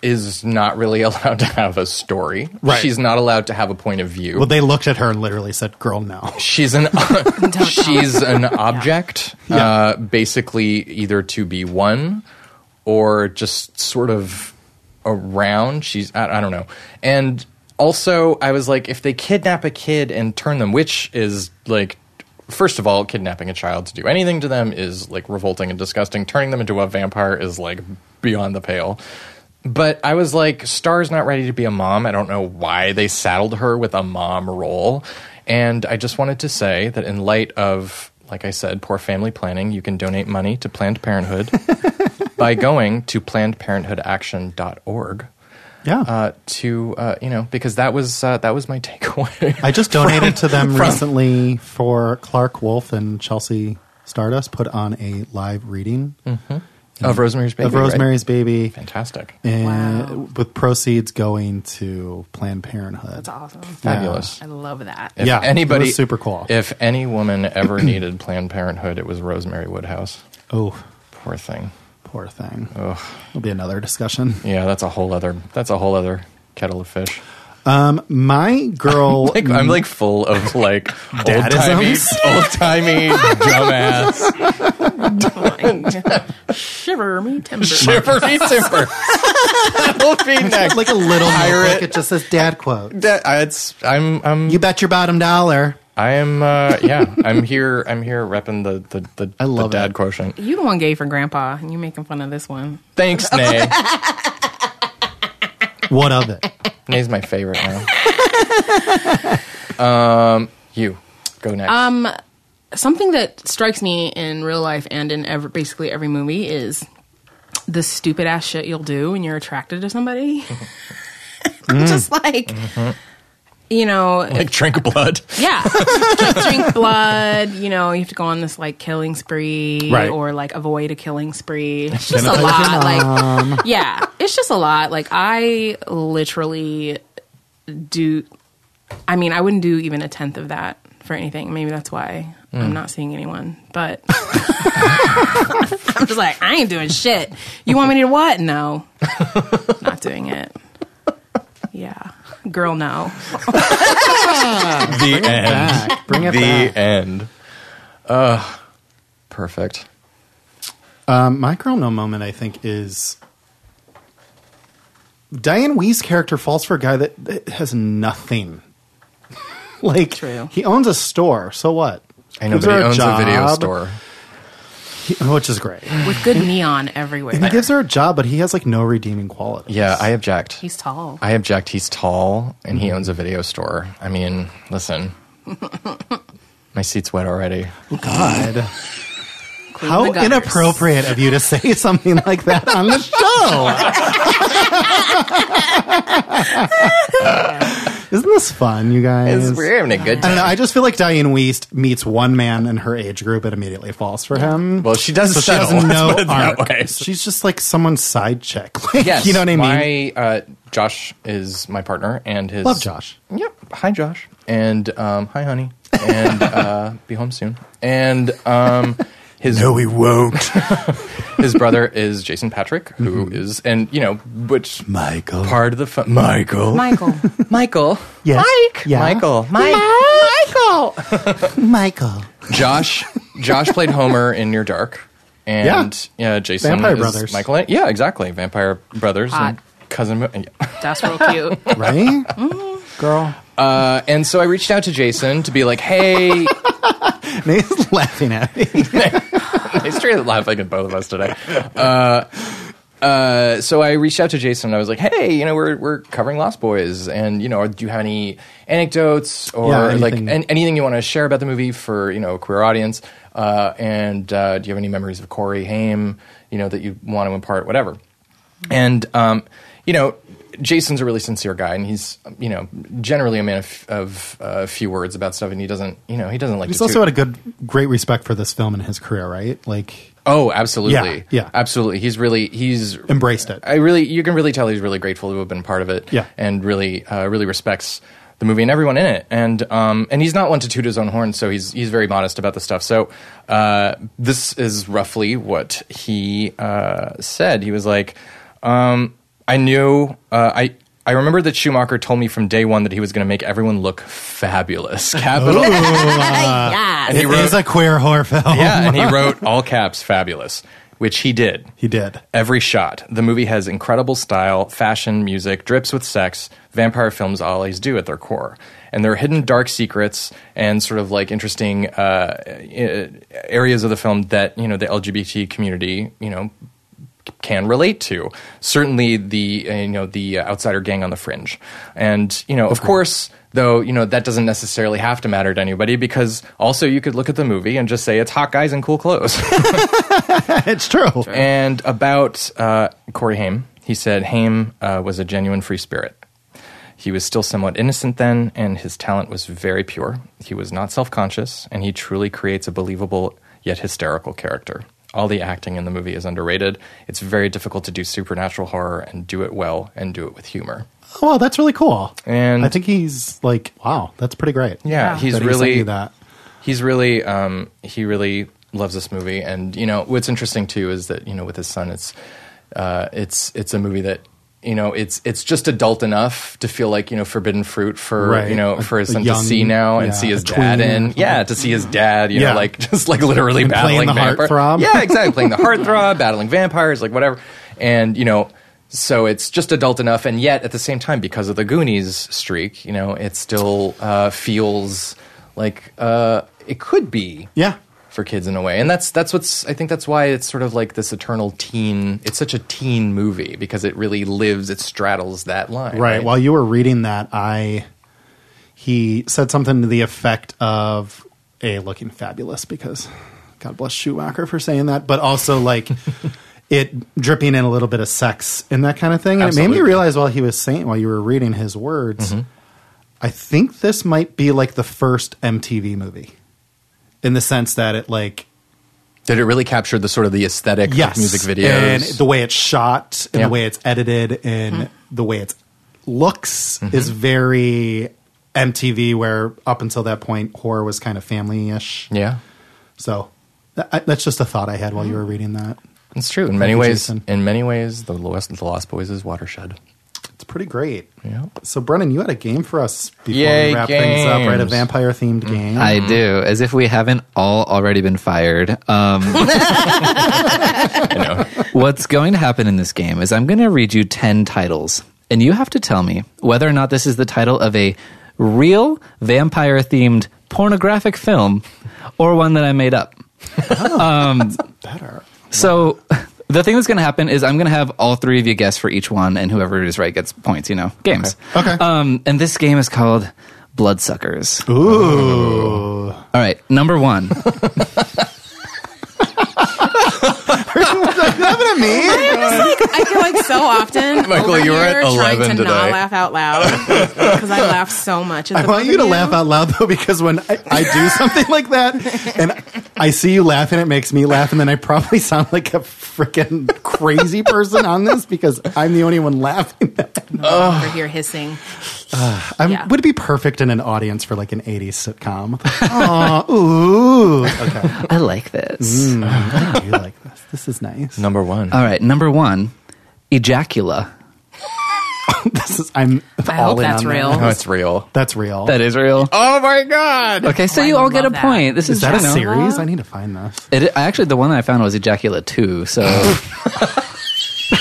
Speaker 3: is not really allowed to have a story.
Speaker 1: Right.
Speaker 3: She's not allowed to have a point of view.
Speaker 1: Well, they looked at her and literally said, girl, no.
Speaker 3: she's an she's an object, uh, basically either to be one or just sort of around. She's I, I don't know. And also, I was like, if they kidnap a kid and turn them, which is like. First of all, kidnapping a child to do anything to them is like revolting and disgusting. Turning them into a vampire is like beyond the pale. But I was like, Star's not ready to be a mom. I don't know why they saddled her with a mom role. And I just wanted to say that in light of, like I said, poor family planning, you can donate money to Planned Parenthood by going to plannedparenthoodaction.org.
Speaker 1: Yeah.
Speaker 3: Uh, to uh, you know, because that was uh, that was my takeaway.
Speaker 1: I just donated to them recently for Clark Wolf and Chelsea Stardust put on a live reading
Speaker 3: of Rosemary's Baby.
Speaker 1: of
Speaker 3: right?
Speaker 1: Rosemary's Baby.
Speaker 3: fantastic,
Speaker 1: and
Speaker 2: Wow.
Speaker 1: with proceeds going to Planned Parenthood.
Speaker 2: That's awesome.
Speaker 3: fabulous.
Speaker 2: I love that.
Speaker 3: If
Speaker 1: Yeah, it
Speaker 3: anybody
Speaker 1: was super cool.
Speaker 3: If any woman ever needed Planned Parenthood, it was Rosemary Woodhouse.
Speaker 1: Oh,
Speaker 3: Poor thing.
Speaker 1: poor thing. It'll be another discussion.
Speaker 3: Yeah, that's a whole other. That's a whole other kettle of fish.
Speaker 1: My girl,
Speaker 3: Like I'm like full of like old timey,
Speaker 1: Dadisms?
Speaker 3: old timey dumbass
Speaker 2: Shiver me timber.
Speaker 3: shippery timber. That'll be next.
Speaker 1: like a little notebook.
Speaker 3: Pirate.
Speaker 1: It just says dad quote.
Speaker 3: That- I- it's I'm I'm
Speaker 1: You bet your bottom dollar.
Speaker 3: I am uh, yeah I'm here I'm here repping the the the,
Speaker 1: I love
Speaker 3: the dad
Speaker 1: it.
Speaker 3: quotient.
Speaker 2: You the one gay for grandpa, and you making fun of this one.
Speaker 3: Thanks, Nay.
Speaker 1: What of it?
Speaker 3: Nay's my favorite now. um, you go next.
Speaker 2: something that strikes me in real life and in ever basically every movie is the stupid ass shit you'll do when you're attracted to somebody. Just like, you know,
Speaker 3: like drink blood.
Speaker 2: yeah, Just drink blood. You know, you have to go on this like killing spree
Speaker 1: Right.
Speaker 2: or like avoid a killing spree. It's just
Speaker 1: Gonna
Speaker 2: a
Speaker 1: fuck your
Speaker 2: lot. Like, yeah, it's just a lot. Like, I literally do. I mean, I wouldn't do even a tenth of that for anything. Maybe that's why I'm not seeing anyone. But I'm just like, I ain't doing shit. You want me to what? No, not doing it. Yeah, girl, no.
Speaker 3: The end.
Speaker 1: Back. Bring it
Speaker 3: the
Speaker 1: back.
Speaker 3: end. Uh, perfect.
Speaker 1: Um, my girl, no moment. I think is Diane Wee's character falls for a guy that, that has nothing. like
Speaker 2: True.
Speaker 1: he owns a store. So what?
Speaker 3: I know,
Speaker 1: Gives
Speaker 3: but
Speaker 1: her
Speaker 3: he owns a video
Speaker 1: job,
Speaker 3: store.
Speaker 1: he- which is great.
Speaker 2: with good neon everywhere.
Speaker 1: He gives her a job, but he has like no redeeming quality.
Speaker 3: Yeah, I object.
Speaker 2: He's tall.
Speaker 3: I object. He's tall and he owns a video store. I mean, listen, my seat's wet already.
Speaker 1: God.
Speaker 2: Queen
Speaker 1: How
Speaker 2: of the Gutters.
Speaker 1: inappropriate of you to say something like that on the show. Isn't this fun, you guys?
Speaker 3: It's- We're having a good
Speaker 1: I
Speaker 3: time.
Speaker 1: don't know. I just feel like Diane Weist meets one man in her age group and immediately falls for him.
Speaker 3: Well, she does
Speaker 1: so she
Speaker 3: settle,
Speaker 1: has
Speaker 3: let's
Speaker 1: no
Speaker 3: put it that way.
Speaker 1: arc. She's just like someone's side chick. Like, you know what I mean?
Speaker 3: My uh, Josh is my partner, and his
Speaker 1: Love Josh.
Speaker 3: Yep. Hi, Josh, and um, hi, honey, and uh, be home soon. And um, his
Speaker 1: we won't,
Speaker 3: his brother is Jason Patrick, who is and you know which
Speaker 1: Michael.
Speaker 3: part of the fu- Michael
Speaker 2: Michael.
Speaker 3: Michael
Speaker 1: Yes.
Speaker 3: Mike
Speaker 1: Yeah.
Speaker 3: Michael Mike Michael.
Speaker 1: Michael.
Speaker 3: Josh Josh played Homer in Near Dark, and yeah, Jason
Speaker 1: Vampire
Speaker 3: is
Speaker 1: Brothers.
Speaker 3: Michael. Yeah, exactly. Vampire Brothers
Speaker 2: Hot.
Speaker 3: and cousin. yeah.
Speaker 2: That's real cute.
Speaker 1: Right, Mm-hmm. girl.
Speaker 3: Uh, and so I reached out to Jason to be like, "Hey,
Speaker 1: Nate's laughing at me.
Speaker 3: they straight laughing at both of us today." Uh, uh, so I reached out to Jason and I was like, "Hey, you know, we're we're covering Lost Boys, and you know, do you have any anecdotes or
Speaker 1: Yeah,
Speaker 3: like
Speaker 1: anything.
Speaker 3: an- anything you want to share about the movie for you know a queer audience? Uh, and uh, do you have any memories of Corey Haim, you know, that you want to impart, whatever?" And um, you know, Jason's a really sincere guy, and he's you know generally a man of, of uh, few words about stuff, and he doesn't you know he doesn't like.
Speaker 1: He's
Speaker 3: to
Speaker 1: also
Speaker 3: toot-
Speaker 1: had a good, great respect for this film in his career, right? Like
Speaker 3: Oh, absolutely.
Speaker 1: Yeah, yeah.
Speaker 3: Absolutely. He's really he's
Speaker 1: embraced it.
Speaker 3: I really you can really tell he's really grateful to have been part of it.
Speaker 1: Yeah.
Speaker 3: And really uh, really respects the movie and everyone in it. And um and he's not one to toot his own horn, so he's he's very modest about the stuff. So uh this is roughly what he uh said. He was like, um, I knew uh, I I remember that Schumacher told me from day one that he was going to make everyone look fabulous.
Speaker 1: Oh.
Speaker 3: Capital
Speaker 2: yes.
Speaker 1: Uh,
Speaker 3: And he
Speaker 1: It
Speaker 3: wrote-
Speaker 1: is a queer horror film.
Speaker 3: yeah, and he wrote all caps fabulous, which he did.
Speaker 1: he did.
Speaker 3: Every shot. The movie has incredible style, fashion, music, drips with sex, vampire films always do at their core. And there are hidden dark secrets and sort of like interesting uh, uh, areas of the film that, you know, the LGBT community, you know, can relate to. Certainly the uh, you know the uh, outsider gang on the fringe, and you know of course though you know that doesn't necessarily have to matter to anybody because also you could look at the movie and just say it's hot guys in cool clothes.
Speaker 1: It's true.
Speaker 3: and about uh, Corey Haim, he said Haim uh, was a genuine free spirit. He was still somewhat innocent then, and his talent was very pure. He was not self conscious, and he truly creates a believable yet hysterical character. All the acting in the movie is underrated. It's very difficult to do supernatural horror and do it well and do it with humor.
Speaker 1: Oh, wow, that's really cool.
Speaker 3: And-
Speaker 1: I think he's like, wow, that's pretty great.
Speaker 3: Yeah,
Speaker 2: Yeah.
Speaker 3: he's
Speaker 1: that he sent
Speaker 3: really
Speaker 1: you that.
Speaker 3: he's really um, he really loves this movie and you know what's interesting too is that you know with his son it's uh, it's it's a movie that you know it's it's just adult enough to feel like you know forbidden fruit for
Speaker 1: Right.
Speaker 3: you know
Speaker 1: A-
Speaker 3: for his
Speaker 1: a
Speaker 3: son
Speaker 1: young-
Speaker 3: to see now
Speaker 1: yeah,
Speaker 3: and see his
Speaker 1: a tween
Speaker 3: dad
Speaker 1: or
Speaker 3: in
Speaker 1: something.
Speaker 3: yeah to see his dad you
Speaker 1: Yeah.
Speaker 3: know like just like literally
Speaker 1: And playing
Speaker 3: battling
Speaker 1: the
Speaker 3: vampire-
Speaker 1: heartthrob.
Speaker 3: yeah exactly playing the heartthrob battling vampires like whatever and you know so it's just adult enough and yet at the same time because of the goonies streak you know it still uh, feels like uh, it could be
Speaker 1: Yeah.
Speaker 3: for kids in a way and that's that's what's i think that's why it's sort of like this eternal teen it's such a teen movie because it really lives it straddles that line
Speaker 1: Right. While you were reading that, I he said something to the effect of a looking fabulous because God bless Schumacher for saying that, but also like it dripping in a little bit of sex and that kind of thing. And it made me
Speaker 3: Absolutely.
Speaker 1: realize while he was saying while you were reading his words, I think this might be like the first MTV movie. In the sense that it like
Speaker 3: did it really capture the sort of the aesthetic
Speaker 1: yes.
Speaker 3: of music videos
Speaker 1: and the way it's shot and
Speaker 3: Yeah.
Speaker 1: the way it's edited and the way it looks
Speaker 3: Mm-hmm.
Speaker 1: is very MTV. Where up until that point, horror was kind of family-ish.
Speaker 3: yeah
Speaker 1: So tha- I, that's just a thought I had while you were reading that.
Speaker 3: it's true in many
Speaker 1: you,
Speaker 3: ways
Speaker 1: Jason.
Speaker 3: in many ways the lost, the lost boys is watershed
Speaker 1: It's pretty great.
Speaker 3: Yeah.
Speaker 1: So Brennan, you had a game for us before we
Speaker 3: Yay,
Speaker 1: wrap things up, right? A
Speaker 3: games. Mm-hmm.
Speaker 1: vampire-themed game.
Speaker 4: I do, as if we haven't all already been fired. Um,
Speaker 3: i know
Speaker 4: what's going to happen in this game is I'm going to read you 10 titles, and you have to tell me whether or not this is the title of a real vampire themed pornographic film or one that I made up.
Speaker 1: Oh,
Speaker 4: Um,
Speaker 1: Better.
Speaker 4: So the thing that's going to happen is I'm going to have all three of you guess for each one, and whoever is right gets points. You know, games.
Speaker 1: Okay. Okay.
Speaker 4: Um, and this game is called Bloodsuckers.
Speaker 1: Ooh.
Speaker 4: All right, number one.
Speaker 2: like so often.
Speaker 3: Michael,
Speaker 2: over
Speaker 3: you were at
Speaker 2: here trying
Speaker 3: 11
Speaker 2: to not
Speaker 3: today.
Speaker 2: laugh out loud because I laugh so much. At
Speaker 1: I
Speaker 2: the
Speaker 1: want
Speaker 2: both
Speaker 1: you
Speaker 2: of
Speaker 1: to laugh out loud though, because when I, I do something like that and I see you laugh and it makes me laugh, and then I probably sound like a freaking crazy person on this because I'm the only one laughing.
Speaker 2: over here hissing.
Speaker 1: I
Speaker 2: Yeah.
Speaker 1: would be perfect in an audience for like an 80s sitcom. Aw, ooh. Okay.
Speaker 4: I like this.
Speaker 1: I do like this. This is nice.
Speaker 3: Number one.
Speaker 4: Mm. All right, number one, ejacula.
Speaker 1: This is, I'm
Speaker 2: I
Speaker 1: all
Speaker 2: hope
Speaker 1: in
Speaker 2: that's
Speaker 1: on that.
Speaker 2: real.
Speaker 3: no, it's real.
Speaker 1: That's real.
Speaker 4: That is real.
Speaker 3: Oh my god!
Speaker 4: Okay, so
Speaker 2: I
Speaker 4: you all
Speaker 2: love
Speaker 4: get a
Speaker 2: that.
Speaker 4: point. This is,
Speaker 1: is that a
Speaker 4: you know,
Speaker 1: series? I need to find this.
Speaker 4: It, actually, the one I found was ejacula two. So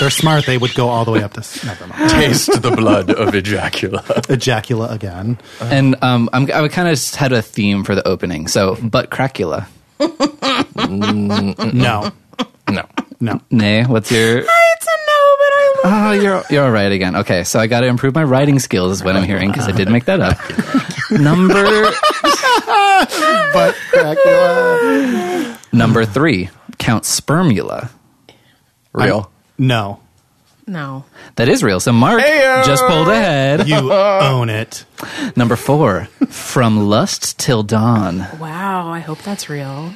Speaker 1: They're smart. They would go all the way up to. s- Never mind.
Speaker 3: Taste the blood of ejacula.
Speaker 1: Ejacula again.
Speaker 4: and um, I'm, I kind of had a theme for the opening. So butt cracula.
Speaker 1: No.
Speaker 3: No.
Speaker 1: No.
Speaker 4: Nay, what's your?
Speaker 2: It's a no, but I love
Speaker 4: Oh, you're you're all right again. Okay, so I got to improve my writing skills is what I'm hearing because I did make that up. number
Speaker 1: But Dracula.
Speaker 4: number three, Count Spermula.
Speaker 3: Real.
Speaker 1: No.
Speaker 2: No.
Speaker 4: That is real. So Mark
Speaker 3: Heyo!
Speaker 4: just pulled ahead.
Speaker 1: You own it.
Speaker 4: Number four, From Lust Till Dawn.
Speaker 2: Wow, I hope that's real.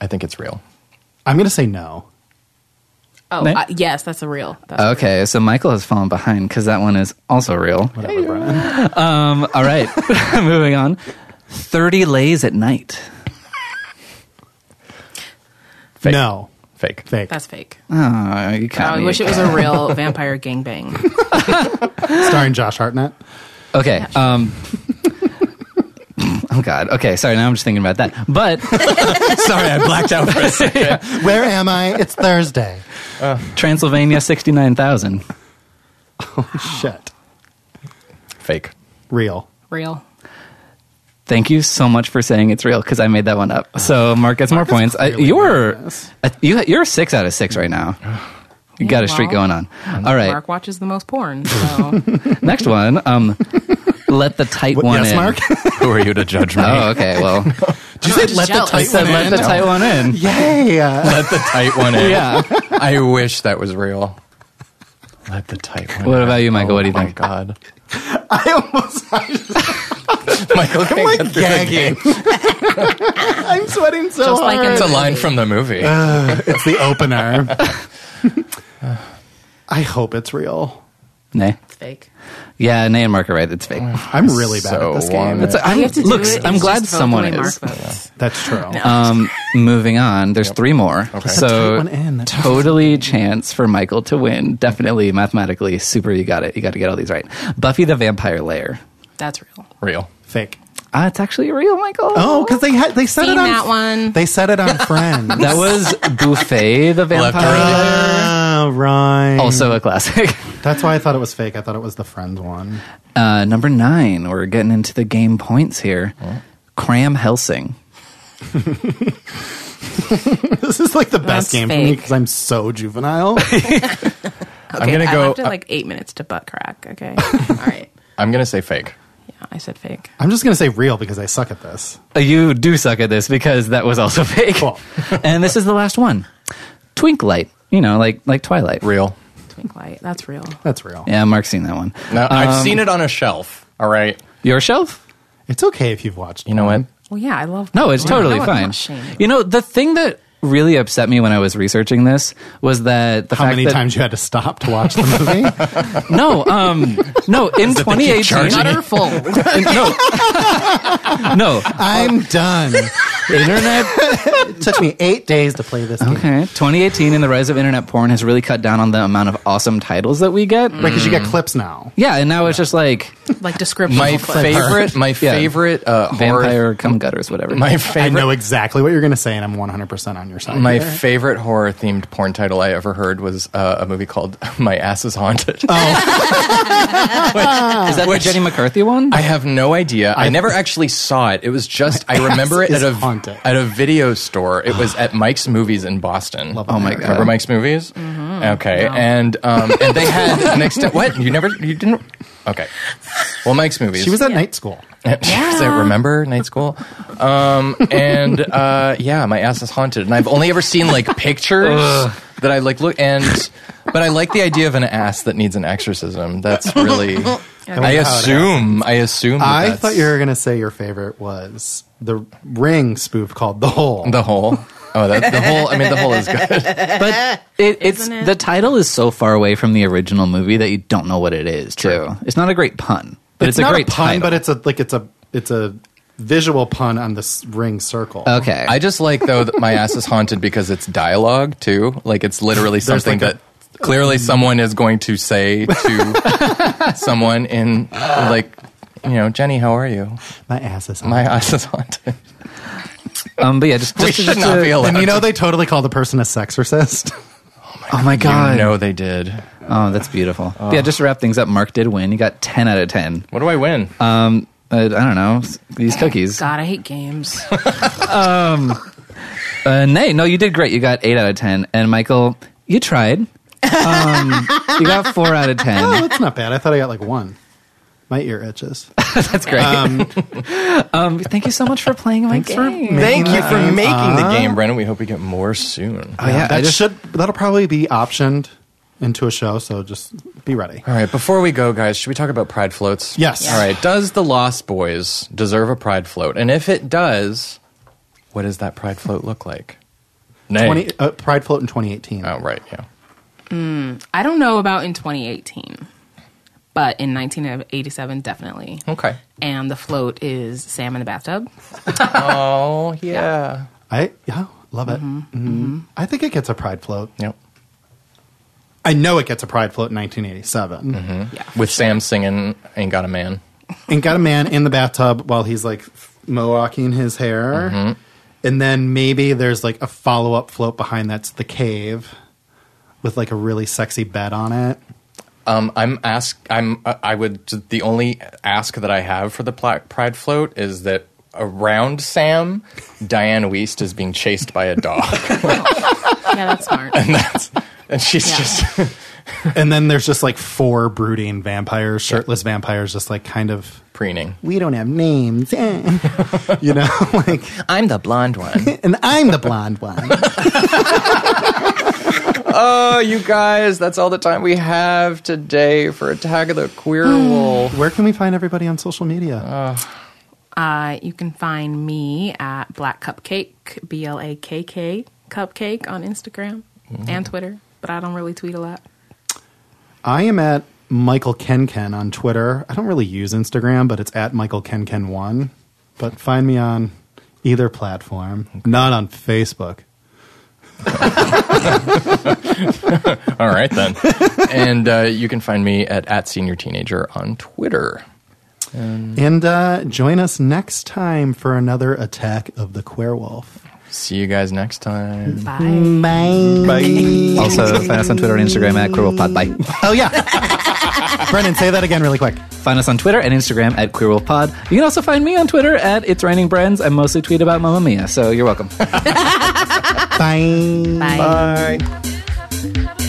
Speaker 3: I think it's real.
Speaker 1: I'm going to say no.
Speaker 2: Oh,
Speaker 4: Nick?
Speaker 2: uh, yes, that's a real. That's
Speaker 4: Okay, so Michael has fallen behind because that one is also real.
Speaker 1: Whatever, Brian.
Speaker 4: Um, all right, moving on. 30 Lays at Night.
Speaker 3: Fake.
Speaker 1: No.
Speaker 3: Fake.
Speaker 1: Fake.
Speaker 2: That's fake.
Speaker 4: Oh, you
Speaker 2: Oh,
Speaker 4: got
Speaker 2: I
Speaker 4: me.
Speaker 2: wish it was a real vampire gangbang.
Speaker 1: Starring Josh Hartnett.
Speaker 4: Okay. Um, oh, God. Okay, sorry, now I'm just thinking about that. But
Speaker 3: Sorry, I blacked out for a second.
Speaker 1: Where am I? It's Thursday.
Speaker 4: Transylvania 69,000.
Speaker 1: Shit.
Speaker 3: Fake.
Speaker 1: Real.
Speaker 2: Real.
Speaker 4: Thank you so much for saying it's real because I made that one
Speaker 1: Oh.
Speaker 4: up. So Mark gets more points. I,
Speaker 1: clearly
Speaker 4: you're
Speaker 1: right, yes.
Speaker 4: I, you, you're six out of six right now. You got a streak
Speaker 2: well,
Speaker 4: going on. All right,
Speaker 2: Mark watches the most porn, so
Speaker 4: next one. Um, let the tight
Speaker 1: What-
Speaker 4: one
Speaker 1: yes,
Speaker 4: in.
Speaker 1: Mark?
Speaker 3: Who are you to judge me?
Speaker 4: Oh, okay. Well,
Speaker 1: Did you say let the
Speaker 2: jealous.
Speaker 1: tight
Speaker 4: I said
Speaker 1: one
Speaker 4: let
Speaker 1: in?
Speaker 4: the tight one in.
Speaker 1: Yay. Uh,
Speaker 3: Let the tight one in.
Speaker 4: Yeah.
Speaker 3: I wish that was real. Let the tight one.
Speaker 4: What
Speaker 3: in.
Speaker 4: about you, Michael?
Speaker 3: Oh
Speaker 4: What do you
Speaker 3: my
Speaker 4: think?
Speaker 3: God,
Speaker 1: I almost, I'm
Speaker 3: Michael, can't get
Speaker 1: like
Speaker 3: through the
Speaker 1: gagging.
Speaker 3: game.
Speaker 1: I'm sweating so
Speaker 2: Just
Speaker 1: hard.
Speaker 2: like in-
Speaker 3: It's a line from the movie.
Speaker 1: Uh. it's the opener. I hope it's real.
Speaker 4: Nay.
Speaker 2: it's fake.
Speaker 4: Yeah, Nay and Mark are right. It's fake.
Speaker 1: Oh, I'm really bad
Speaker 3: So
Speaker 1: at this game.
Speaker 3: wanted.
Speaker 4: It's, I'm,
Speaker 2: You have to do
Speaker 4: look,
Speaker 2: it
Speaker 4: I'm
Speaker 2: is
Speaker 4: glad
Speaker 2: just vote the
Speaker 4: someone
Speaker 2: way
Speaker 4: is.
Speaker 2: Mark votes.
Speaker 1: That's true.
Speaker 4: Um, moving on. There's three more.
Speaker 1: Tight
Speaker 4: So
Speaker 1: one in. That's-
Speaker 4: totally chance for Michael to win. Definitely mathematically super. You got it. You got to get all these right. Buffy the Vampire Lair.
Speaker 2: That's real.
Speaker 3: Real.
Speaker 1: Fake.
Speaker 4: Ah, it's actually real, Michael.
Speaker 1: Oh, because they had they said
Speaker 2: Seen
Speaker 1: it on
Speaker 2: that one.
Speaker 1: They said it on Friends.
Speaker 4: that was Buffet the Vampire Lair.
Speaker 1: Ah, right.
Speaker 4: Also a classic.
Speaker 1: that's why I thought it was fake. I thought it was the Friends one.
Speaker 4: Uh, number nine. We're getting into the game points here. Cram Helsing.
Speaker 1: This is like the
Speaker 2: That's
Speaker 1: best game for me
Speaker 2: fake.
Speaker 1: because I'm so juvenile.
Speaker 2: Okay,
Speaker 3: gonna
Speaker 2: I
Speaker 3: go-
Speaker 2: left it like eight minutes to butt crack. Okay, all right.
Speaker 3: I'm gonna say fake.
Speaker 2: Yeah, I said fake.
Speaker 1: I'm just gonna say real because I suck at this.
Speaker 4: Uh, You do suck at this because that was also fake.
Speaker 1: Cool.
Speaker 4: and this is the last one. Twinklight. You know, like like Twilight.
Speaker 3: Real.
Speaker 2: Twink light. That's real.
Speaker 1: That's real.
Speaker 4: Yeah, Mark's seen that one.
Speaker 3: No,
Speaker 4: Um,
Speaker 3: I've seen it on a shelf. All right.
Speaker 4: Your shelf?
Speaker 1: It's okay if you've watched.
Speaker 3: You know what?
Speaker 2: Well, yeah, I love.
Speaker 4: No, it's
Speaker 2: Yeah,
Speaker 4: totally
Speaker 2: no, I'm
Speaker 4: fine.
Speaker 2: not ashamed.
Speaker 4: You know, the thing that really upset me when I was researching this was that the
Speaker 1: How
Speaker 4: fact
Speaker 1: many
Speaker 4: that
Speaker 1: times you had to stop to watch the movie?
Speaker 4: no, um, no, in
Speaker 2: Not
Speaker 4: 2018,
Speaker 2: her full.
Speaker 4: in- no, no,
Speaker 1: I'm done.
Speaker 4: internet.
Speaker 1: It took me eight days to play this game.
Speaker 4: Okay, 2018 and the rise of internet porn has really cut down on the amount of awesome titles that we get.
Speaker 2: Mm.
Speaker 4: Like,
Speaker 1: Because you get clips now.
Speaker 4: yeah, and now it's just like
Speaker 2: Like description.
Speaker 3: My favorite. My
Speaker 4: Yeah.
Speaker 3: favorite uh, horror.
Speaker 4: vampire cum gutters, whatever.
Speaker 3: My
Speaker 1: I
Speaker 3: favorite.
Speaker 1: know exactly what you're going to say, and I'm 100% on your side.
Speaker 3: My
Speaker 1: here.
Speaker 3: favorite horror themed porn title I ever heard was uh, a movie called My Ass is Haunted.
Speaker 4: Is that
Speaker 3: Which-
Speaker 4: the Jenny McCarthy one?
Speaker 3: I have no idea. I, never actually saw it. It was just I remember it
Speaker 1: ass
Speaker 3: at a
Speaker 1: is haunted.
Speaker 3: at a video store. It was at Mike's Movies in Boston.
Speaker 1: Love Mm-hmm. Oh my America. God.
Speaker 3: Remember Mike's Movies? Okay, and um, and they had next to what you never you didn't. Okay, well Mike's Movies.
Speaker 1: she was at night school.
Speaker 3: Does I remember night school? Um, and uh, yeah, my ass is haunted, and I've only ever seen like pictures. that I like look and but I like the idea of an ass that needs an exorcism. That's really I assume I assume that
Speaker 1: I
Speaker 3: that's
Speaker 1: thought you were going to say your favorite was the ring spoof called The Hole.
Speaker 3: the whole. Oh, that, the whole. I mean, the whole is good.
Speaker 4: but it, it's
Speaker 2: Isn't it?
Speaker 4: the title is so far away from the original movie that you don't know what it is. Too. It's not a great pun, but it's,
Speaker 1: not
Speaker 4: a great
Speaker 1: pun,
Speaker 4: title.
Speaker 1: but it's a like it's a it's a visual pun on this ring circle.
Speaker 4: okay.
Speaker 3: I just like though that my ass is haunted because it's dialogue too. Like it's literally something
Speaker 1: like a-
Speaker 3: that clearly someone is going to say to someone in like you know Jenny, how are you?
Speaker 1: My ass is
Speaker 3: My ass is haunted.
Speaker 4: um, but yeah, just,
Speaker 3: We
Speaker 4: just,
Speaker 3: should
Speaker 4: just
Speaker 3: not
Speaker 4: a-
Speaker 3: be allowed.
Speaker 1: And you know they totally call the person a sexorcist.
Speaker 4: oh my
Speaker 3: You
Speaker 4: god.
Speaker 3: know they did.
Speaker 4: Oh, that's beautiful. But Yeah, just to wrap things up, Mark did win. He got ten out of ten.
Speaker 3: What do I win?
Speaker 4: Um, uh, I don't know these cookies.
Speaker 2: God, I hate games.
Speaker 4: Uh, nay, no, you did great. You got eight out of ten. And Michael, you tried. Um, you got four out of ten.
Speaker 1: oh, that's not bad. I thought I got like one. My ear itches.
Speaker 4: That's great. Um, thank you so much for playing my game.
Speaker 3: Thank you
Speaker 1: uh,
Speaker 3: for making the game, Brennan. We hope we get more soon.
Speaker 4: oh yeah, I
Speaker 1: that
Speaker 4: just
Speaker 1: should that'll probably be optioned into a show. So just be ready.
Speaker 3: All right, before we go, guys, should we talk about pride floats?
Speaker 1: Yes. Yeah.
Speaker 3: All right, does the Lost Boys deserve a pride float? And if it does, what does that pride float look like? Nay.
Speaker 1: Twenty uh, Pride Float in 2018.
Speaker 3: oh, right, yeah.
Speaker 2: I don't know about in 2018, but in 1987, definitely.
Speaker 3: Okay.
Speaker 2: And the float is Sam in the bathtub.
Speaker 3: Oh, yeah.
Speaker 1: I yeah, love it. Mhm. I think it gets a Pride Float.
Speaker 3: Yep.
Speaker 1: I know it gets a Pride Float in 1987.
Speaker 4: Mm-hmm.
Speaker 2: Yeah.
Speaker 3: With Sam singing Ain't Got a Man.
Speaker 1: and got a man in the bathtub while he's like f- mohawking his hair. And then maybe there's like a follow up float behind that's the cave with like a really sexy bed on it.
Speaker 3: Um, I'm ask. I'm. Uh, I would. The only ask that I have for the pla- Pride float is that around Sam, Diane Weist is being chased by a dog,
Speaker 2: Yeah, that's smart.
Speaker 3: and she's
Speaker 2: Yeah.
Speaker 3: just.
Speaker 1: And then there's just like four brooding vampires, shirtless vampires, just like kind of.
Speaker 3: preening.
Speaker 1: We don't have names, eh." you know. Like,
Speaker 3: I'm the blonde one.
Speaker 1: and I'm the blonde one.
Speaker 3: oh, you guys, that's all the time we have today for Attack of the Queer Wolf.
Speaker 1: Where can we find everybody on social media?
Speaker 2: Uh, you can find me at Black Cupcake, B L A K K Cupcake on Instagram
Speaker 4: Mm-hmm.
Speaker 2: and Twitter, but I don't really tweet a lot.
Speaker 1: I am at Michael Kenken on Twitter. I don't really use Instagram, but it's at Michael Kenken one. But find me on either platform, not on Facebook.
Speaker 3: All right, then. and uh, you can find me at, at Senior Teenager on Twitter.
Speaker 1: And uh, join us next time for another Attack of the Werewolf.
Speaker 3: See you guys next time.
Speaker 2: Bye.
Speaker 4: Mm,
Speaker 1: Bye.
Speaker 4: also find us on Twitter and Instagram at QueerWolfPod. Bye.
Speaker 1: Oh yeah, Brendan, say that again really quick.
Speaker 4: Find us on Twitter and Instagram at QueerWolfPod. You can also find me on Twitter at It's Raining Brands. I mostly tweet about Mamma Mia, so you're welcome.
Speaker 1: Bye.
Speaker 2: Bye.
Speaker 3: Bye.
Speaker 9: Bye.